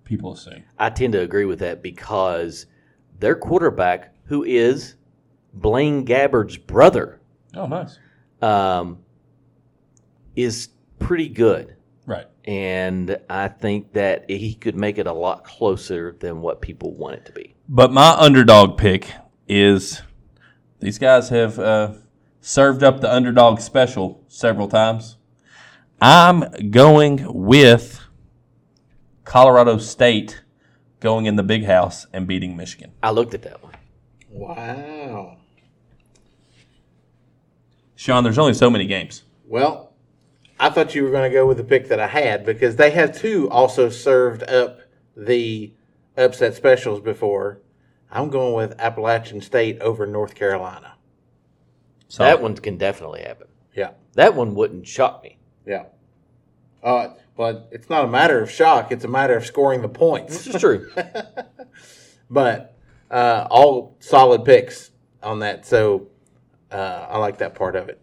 Speaker 4: people assume.
Speaker 5: I tend to agree with that because their quarterback, who is Blaine Gabbard's brother,
Speaker 4: Oh, nice.
Speaker 5: um, is pretty good.
Speaker 4: Right.
Speaker 5: And I think that he could make it a lot closer than what people want it to be.
Speaker 4: But my underdog pick is these guys have uh, served up the underdog special several times. I'm going with Colorado State going in the big house and beating Michigan.
Speaker 5: I looked at that one.
Speaker 2: Wow.
Speaker 4: Sean, there's only so many games.
Speaker 2: Well, I thought you were going to go with the pick that I had because they have two also served up the upset specials before. I'm going with Appalachian State over North Carolina.
Speaker 4: So
Speaker 5: That one can definitely happen.
Speaker 2: Yeah.
Speaker 5: That one wouldn't shock me.
Speaker 2: Yeah. Uh, but it's not a matter of shock; it's a matter of scoring the points.
Speaker 5: This is true.
Speaker 2: But uh, all solid picks on that, so uh, I like that part of it.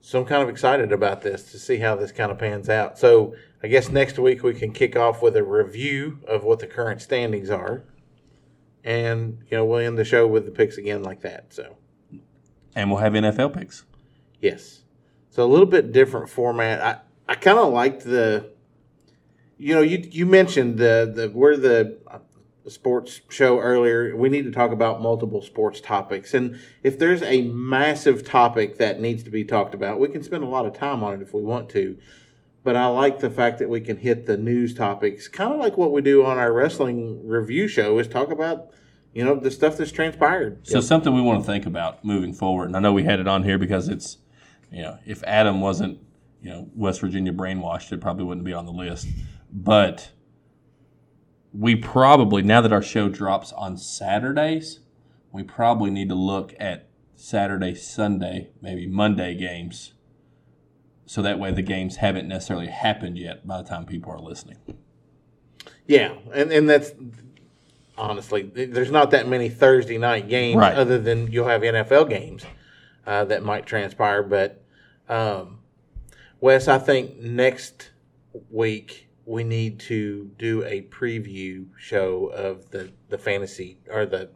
Speaker 2: So I'm kind of excited about this to see how this kind of pans out. So I guess next week we can kick off with a review of what the current standings are, and you know we'll end the show with the picks again like that. So.
Speaker 4: and we'll have NFL picks.
Speaker 2: Yes. So a little bit different format. I, I kind of liked the, you know, you you mentioned the the where the sports show earlier, we need to talk about multiple sports topics. And if there's a massive topic that needs to be talked about, we can spend a lot of time on it if we want to. But I like the fact that we can hit the news topics, kind of like what we do on our wrestling review show, is talk about, you know, the stuff that's transpired.
Speaker 4: So something we want to think about moving forward, and I know we had it on here because it's, you know, if Adam wasn't, you know, West Virginia brainwashed, it probably wouldn't be on the list. But we probably now that our show drops on Saturdays, we probably need to look at Saturday, Sunday, maybe Monday games, so that way the games haven't necessarily happened yet by the time people are listening.
Speaker 2: Yeah, and and that's honestly, there's not that many Thursday night games
Speaker 4: Right.
Speaker 2: other than you'll have NFL games uh, that might transpire. But um, Wes, I think next week we need to do a preview show of the the fantasy or the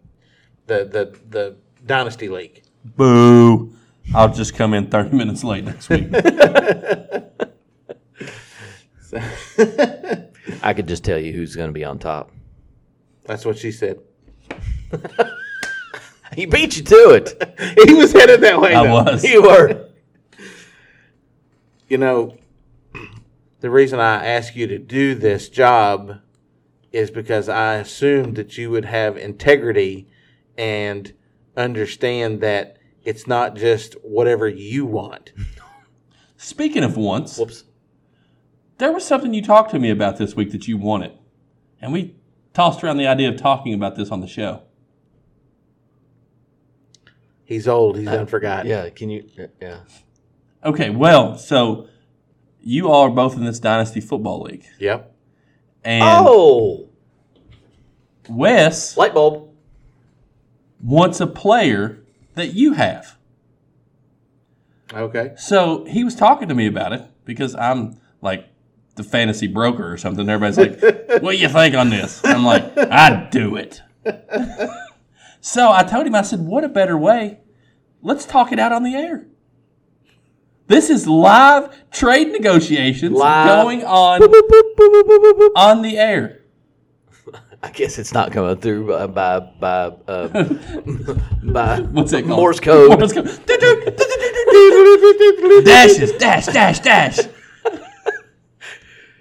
Speaker 2: the the, the dynasty league.
Speaker 4: Boo! I'll just come in thirty minutes late next week.
Speaker 5: I could just tell you who's going to be on top.
Speaker 2: That's what she said.
Speaker 5: He beat you to it.
Speaker 2: He was headed that way.
Speaker 4: I
Speaker 2: though.
Speaker 4: was.
Speaker 5: You were.
Speaker 2: you know, the reason I ask you to do this job is because I assumed that you would have integrity and understand that it's not just whatever you want.
Speaker 4: Speaking of once,
Speaker 5: Whoops.
Speaker 4: there was something you talked to me about this week that you wanted, and we tossed around the idea of talking about this on the show.
Speaker 2: He's old. He's done forgot.
Speaker 5: Uh, Yeah. Can you? Yeah.
Speaker 4: Okay, well, so you all are both in this dynasty football league,
Speaker 2: Yep.
Speaker 4: and
Speaker 5: oh,
Speaker 4: Wes
Speaker 5: light bulb.
Speaker 4: wants a player that you have.
Speaker 2: Okay.
Speaker 4: So he was talking to me about it because I'm like the fantasy broker or something. Everybody's like, "What do you think on this?" I'm like, "I do it." so I told him, I said, "What a better way? Let's talk it out on the air." This is live trade negotiations
Speaker 5: Live.
Speaker 4: going on on the air.
Speaker 5: I guess it's not coming through by by by, uh, by
Speaker 4: What's it called?
Speaker 5: Morse code.
Speaker 4: Morse code. Dashes, dash, dash, dash.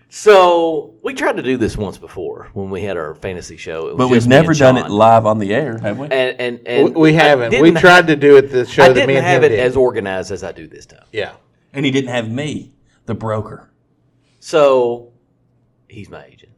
Speaker 5: So we tried to do this once before when we had our fantasy show. It was
Speaker 4: But we've
Speaker 5: just me
Speaker 4: never
Speaker 5: and
Speaker 4: done
Speaker 5: Sean.
Speaker 4: it live on the air, have we?
Speaker 5: And and,
Speaker 2: We,
Speaker 5: and
Speaker 2: we
Speaker 5: I
Speaker 2: haven't. We
Speaker 5: didn't-
Speaker 2: tried to do it this show
Speaker 5: I
Speaker 2: that me
Speaker 5: didn't
Speaker 2: and
Speaker 5: have
Speaker 2: him
Speaker 5: it
Speaker 2: did.
Speaker 5: as organized as I do this time.
Speaker 2: yeah.
Speaker 4: And he didn't have me, the broker.
Speaker 5: So he's my agent.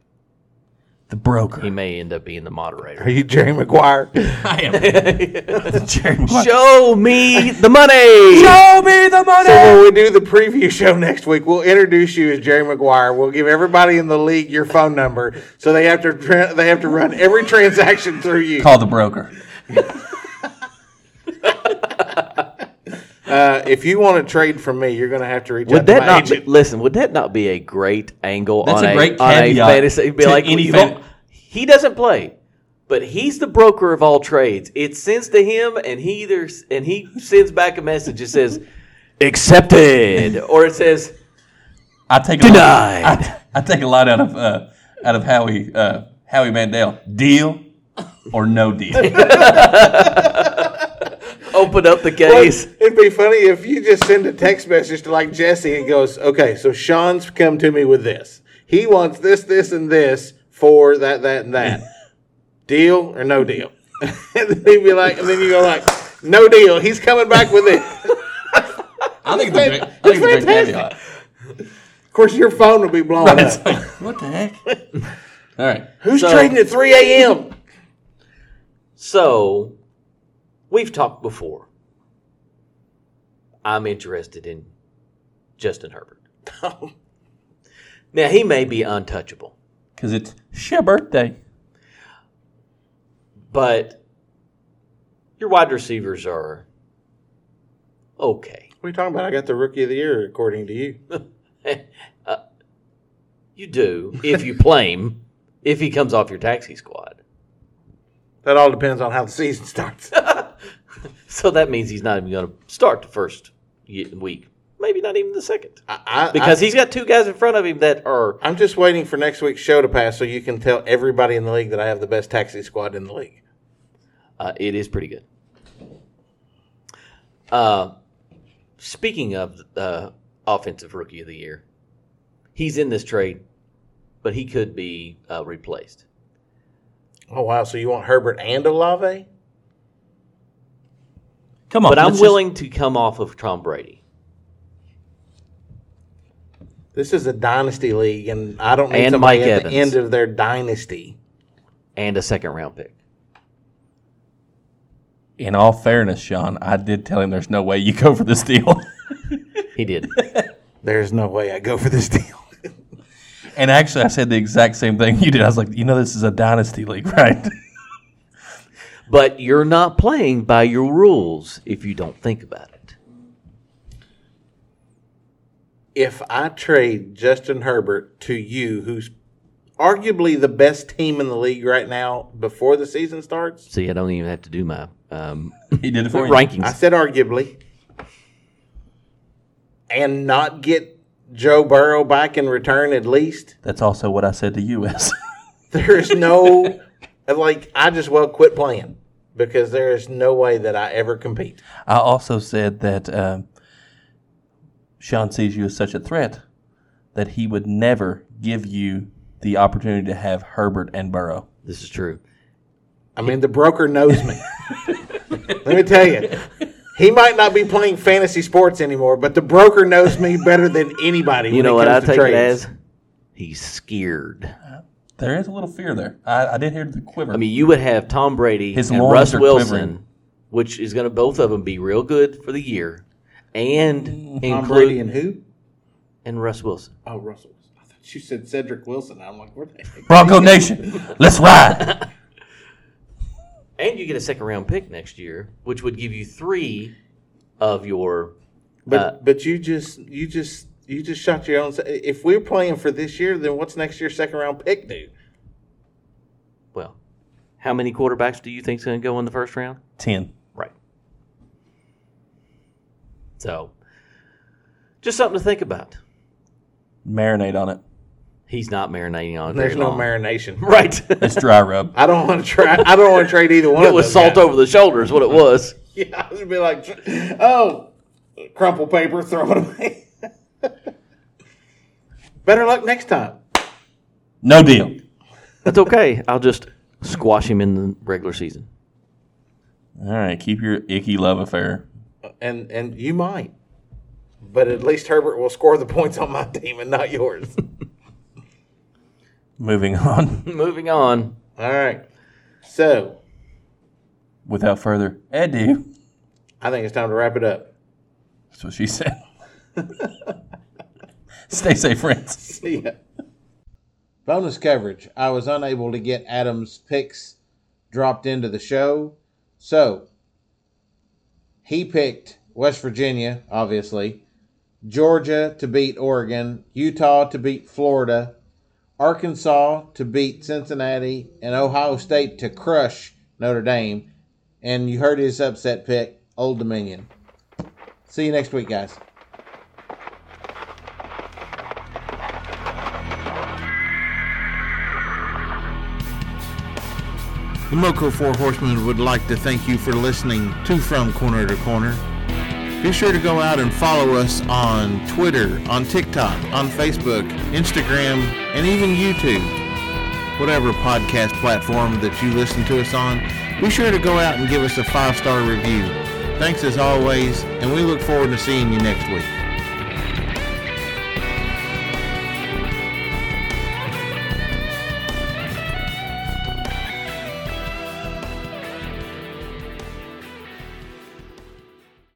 Speaker 4: The broker.
Speaker 5: He may end up being the moderator.
Speaker 2: Are you Jerry Maguire?
Speaker 4: I am. Jerry Maguire.
Speaker 5: Show me the money.
Speaker 4: Show me the money.
Speaker 2: So when we do the preview show next week, we'll introduce you as Jerry Maguire. We'll give everybody in the league your phone number, so they have to tra- they have to run every transaction through you.
Speaker 4: Call the broker.
Speaker 2: Uh, if you want to trade from me, you're going to have to reach out
Speaker 5: Would
Speaker 2: to
Speaker 5: that
Speaker 2: my
Speaker 5: not be,
Speaker 2: agent.
Speaker 5: listen? Would that not be a great angle
Speaker 4: That's
Speaker 5: on
Speaker 4: a
Speaker 5: a,
Speaker 4: great
Speaker 5: on a
Speaker 4: caveat
Speaker 5: fantasy? It'd be
Speaker 4: to
Speaker 5: like
Speaker 4: any
Speaker 5: you
Speaker 4: fan-
Speaker 5: all- he doesn't play, but he's the broker of all trades. It sends to him, and he either s- and he sends back a message that says accepted, or it says
Speaker 4: I take a
Speaker 5: Denied.
Speaker 4: Lot, I, I take a lot out of uh, out of Howie uh, Howie Mandel. Deal or no deal.
Speaker 5: open up the
Speaker 2: Well,
Speaker 5: case.
Speaker 2: It'd be funny if you just send a text message to like Jesse and goes, "Okay, so Sean's come to me with this. He wants this, this, and this for that, that, and that. deal or no deal?" and then he'd be like, and then you go like, "No deal." He's coming back with it.
Speaker 4: I think it's a great, I think it's a great caveat.
Speaker 2: Of course, your phone will be blown
Speaker 4: It's
Speaker 2: up.
Speaker 4: like, what the heck? All right.
Speaker 2: Who's
Speaker 5: So-
Speaker 2: trading at 3 a.m.?
Speaker 5: So we've talked before. I'm interested in Justin Herbert. now he may be untouchable.
Speaker 4: Because it's your birthday.
Speaker 5: but your wide receivers are okay.
Speaker 2: What are you talking about? I got the rookie of the year, according to you.
Speaker 5: You do if you play him, if he comes off your taxi squad.
Speaker 2: That all depends on how the season starts.
Speaker 5: So that means he's not even going to start the first ye- week, maybe maybe not even the second.
Speaker 2: I, I,
Speaker 5: Because he's got two guys in front of him that are.
Speaker 2: I'm just waiting for next week's show to pass so you can tell everybody in the league that I have the best taxi squad in the league.
Speaker 5: Uh, it is pretty good. Uh, speaking of uh, offensive rookie of the year, he's in this trade, but he could be uh, replaced.
Speaker 2: Oh wow! So you want Herbert and Olave?
Speaker 4: Come on,
Speaker 5: but I'm
Speaker 4: let's just-
Speaker 5: willing to come off of Tom Brady.
Speaker 2: This is a dynasty league, and I don't need
Speaker 5: And
Speaker 2: somebody
Speaker 5: Mike
Speaker 2: at
Speaker 5: Evans.
Speaker 2: the end of their dynasty.
Speaker 5: and a second round pick.
Speaker 4: In all fairness, Sean, I did tell him there's no way you go for this deal.
Speaker 5: He did.
Speaker 2: There's no way I go for this deal.
Speaker 4: and actually, I said the exact same thing you did. I was like, you know, this is a dynasty league, right?
Speaker 5: but you're not playing by your rules if you don't think about it.
Speaker 2: if I trade Justin Herbert to you, who's arguably the best team in the league right now before the season starts,
Speaker 5: See, I don't even have to do my um,
Speaker 4: he did it for you.
Speaker 5: rankings.
Speaker 2: I said arguably, and not get Joe Burrow back in return at least,
Speaker 4: That's also what I said to you, S.
Speaker 2: there is no, like, I just well quit playing because there is no way that I ever compete.
Speaker 4: I also said that um, Sean sees you as such a threat that he would never give you the opportunity to have Herbert and Burrow.
Speaker 5: this is true.
Speaker 2: I mean, the broker knows me. Let me tell you, he might not be playing fantasy sports anymore, but the broker knows me better than anybody.
Speaker 5: You
Speaker 2: when
Speaker 5: know
Speaker 2: it
Speaker 5: what
Speaker 2: comes to
Speaker 5: I take it
Speaker 2: trades.
Speaker 5: as? He's scared.
Speaker 4: There is a little fear there. I, I did hear the quiver.
Speaker 5: I mean, you would have Tom Brady
Speaker 4: His
Speaker 5: and
Speaker 4: loins
Speaker 5: Russ
Speaker 4: are
Speaker 5: Wilson,
Speaker 4: quivering.
Speaker 5: which is going to both of them be real good for the year, and
Speaker 2: Tom Brady
Speaker 5: include
Speaker 2: and who?
Speaker 5: and Russ Wilson.
Speaker 2: Oh, Russell. Wilson. I thought you said Cedric Wilson. I'm like, where the heck?
Speaker 4: Bronco Nation, let's ride.
Speaker 5: And you get a second round pick next year, which would give you three of your.
Speaker 2: But
Speaker 5: Uh,
Speaker 2: but you just you just you just shot your own. If we're playing for this year, then what's next year's second round pick do?
Speaker 5: Well, how many quarterbacks do you think's going to go in the first round?
Speaker 4: Ten.
Speaker 5: Right. So, just something to think about.
Speaker 4: Marinate on it.
Speaker 5: He's not marinating on it.
Speaker 2: There's
Speaker 5: very
Speaker 2: no
Speaker 5: long.
Speaker 2: marination.
Speaker 5: Right.
Speaker 4: It's dry rub.
Speaker 2: I don't want to try. I don't want to trade either one.
Speaker 5: it
Speaker 2: of
Speaker 5: was
Speaker 2: those
Speaker 5: salt
Speaker 2: guys.
Speaker 5: over the shoulder is what it was.
Speaker 2: Yeah, I would be like, oh, crumple paper, throw it away. Better luck next time.
Speaker 4: No deal.
Speaker 5: That's okay. I'll just squash him in the regular season.
Speaker 4: All right, keep your icky love affair.
Speaker 2: And and you might, but at least Herbert will score the points on my team and not yours.
Speaker 4: Moving on.
Speaker 5: Moving on.
Speaker 2: All right. So
Speaker 4: Without further ado,
Speaker 2: I think it's time to wrap it up.
Speaker 4: that's what she said. Stay safe, friends.
Speaker 2: See ya. Bonus coverage. I was unable to get Adam's picks dropped into the show. So he picked West Virginia, obviously, Georgia to beat Oregon, Utah to beat Florida, Arkansas to beat Cincinnati, and Ohio State to crush Notre Dame. And you heard his upset pick, Old Dominion. See you next week, guys. The Moco Four Horsemen would like to thank you for listening to From Corner to Corner. Be sure to go out and follow us on Twitter, on TikTok, on Facebook, Instagram, and even YouTube. Whatever podcast platform that you listen to us on, be sure to go out and give us a five-star review. Thanks as always, and we look forward to seeing you next week.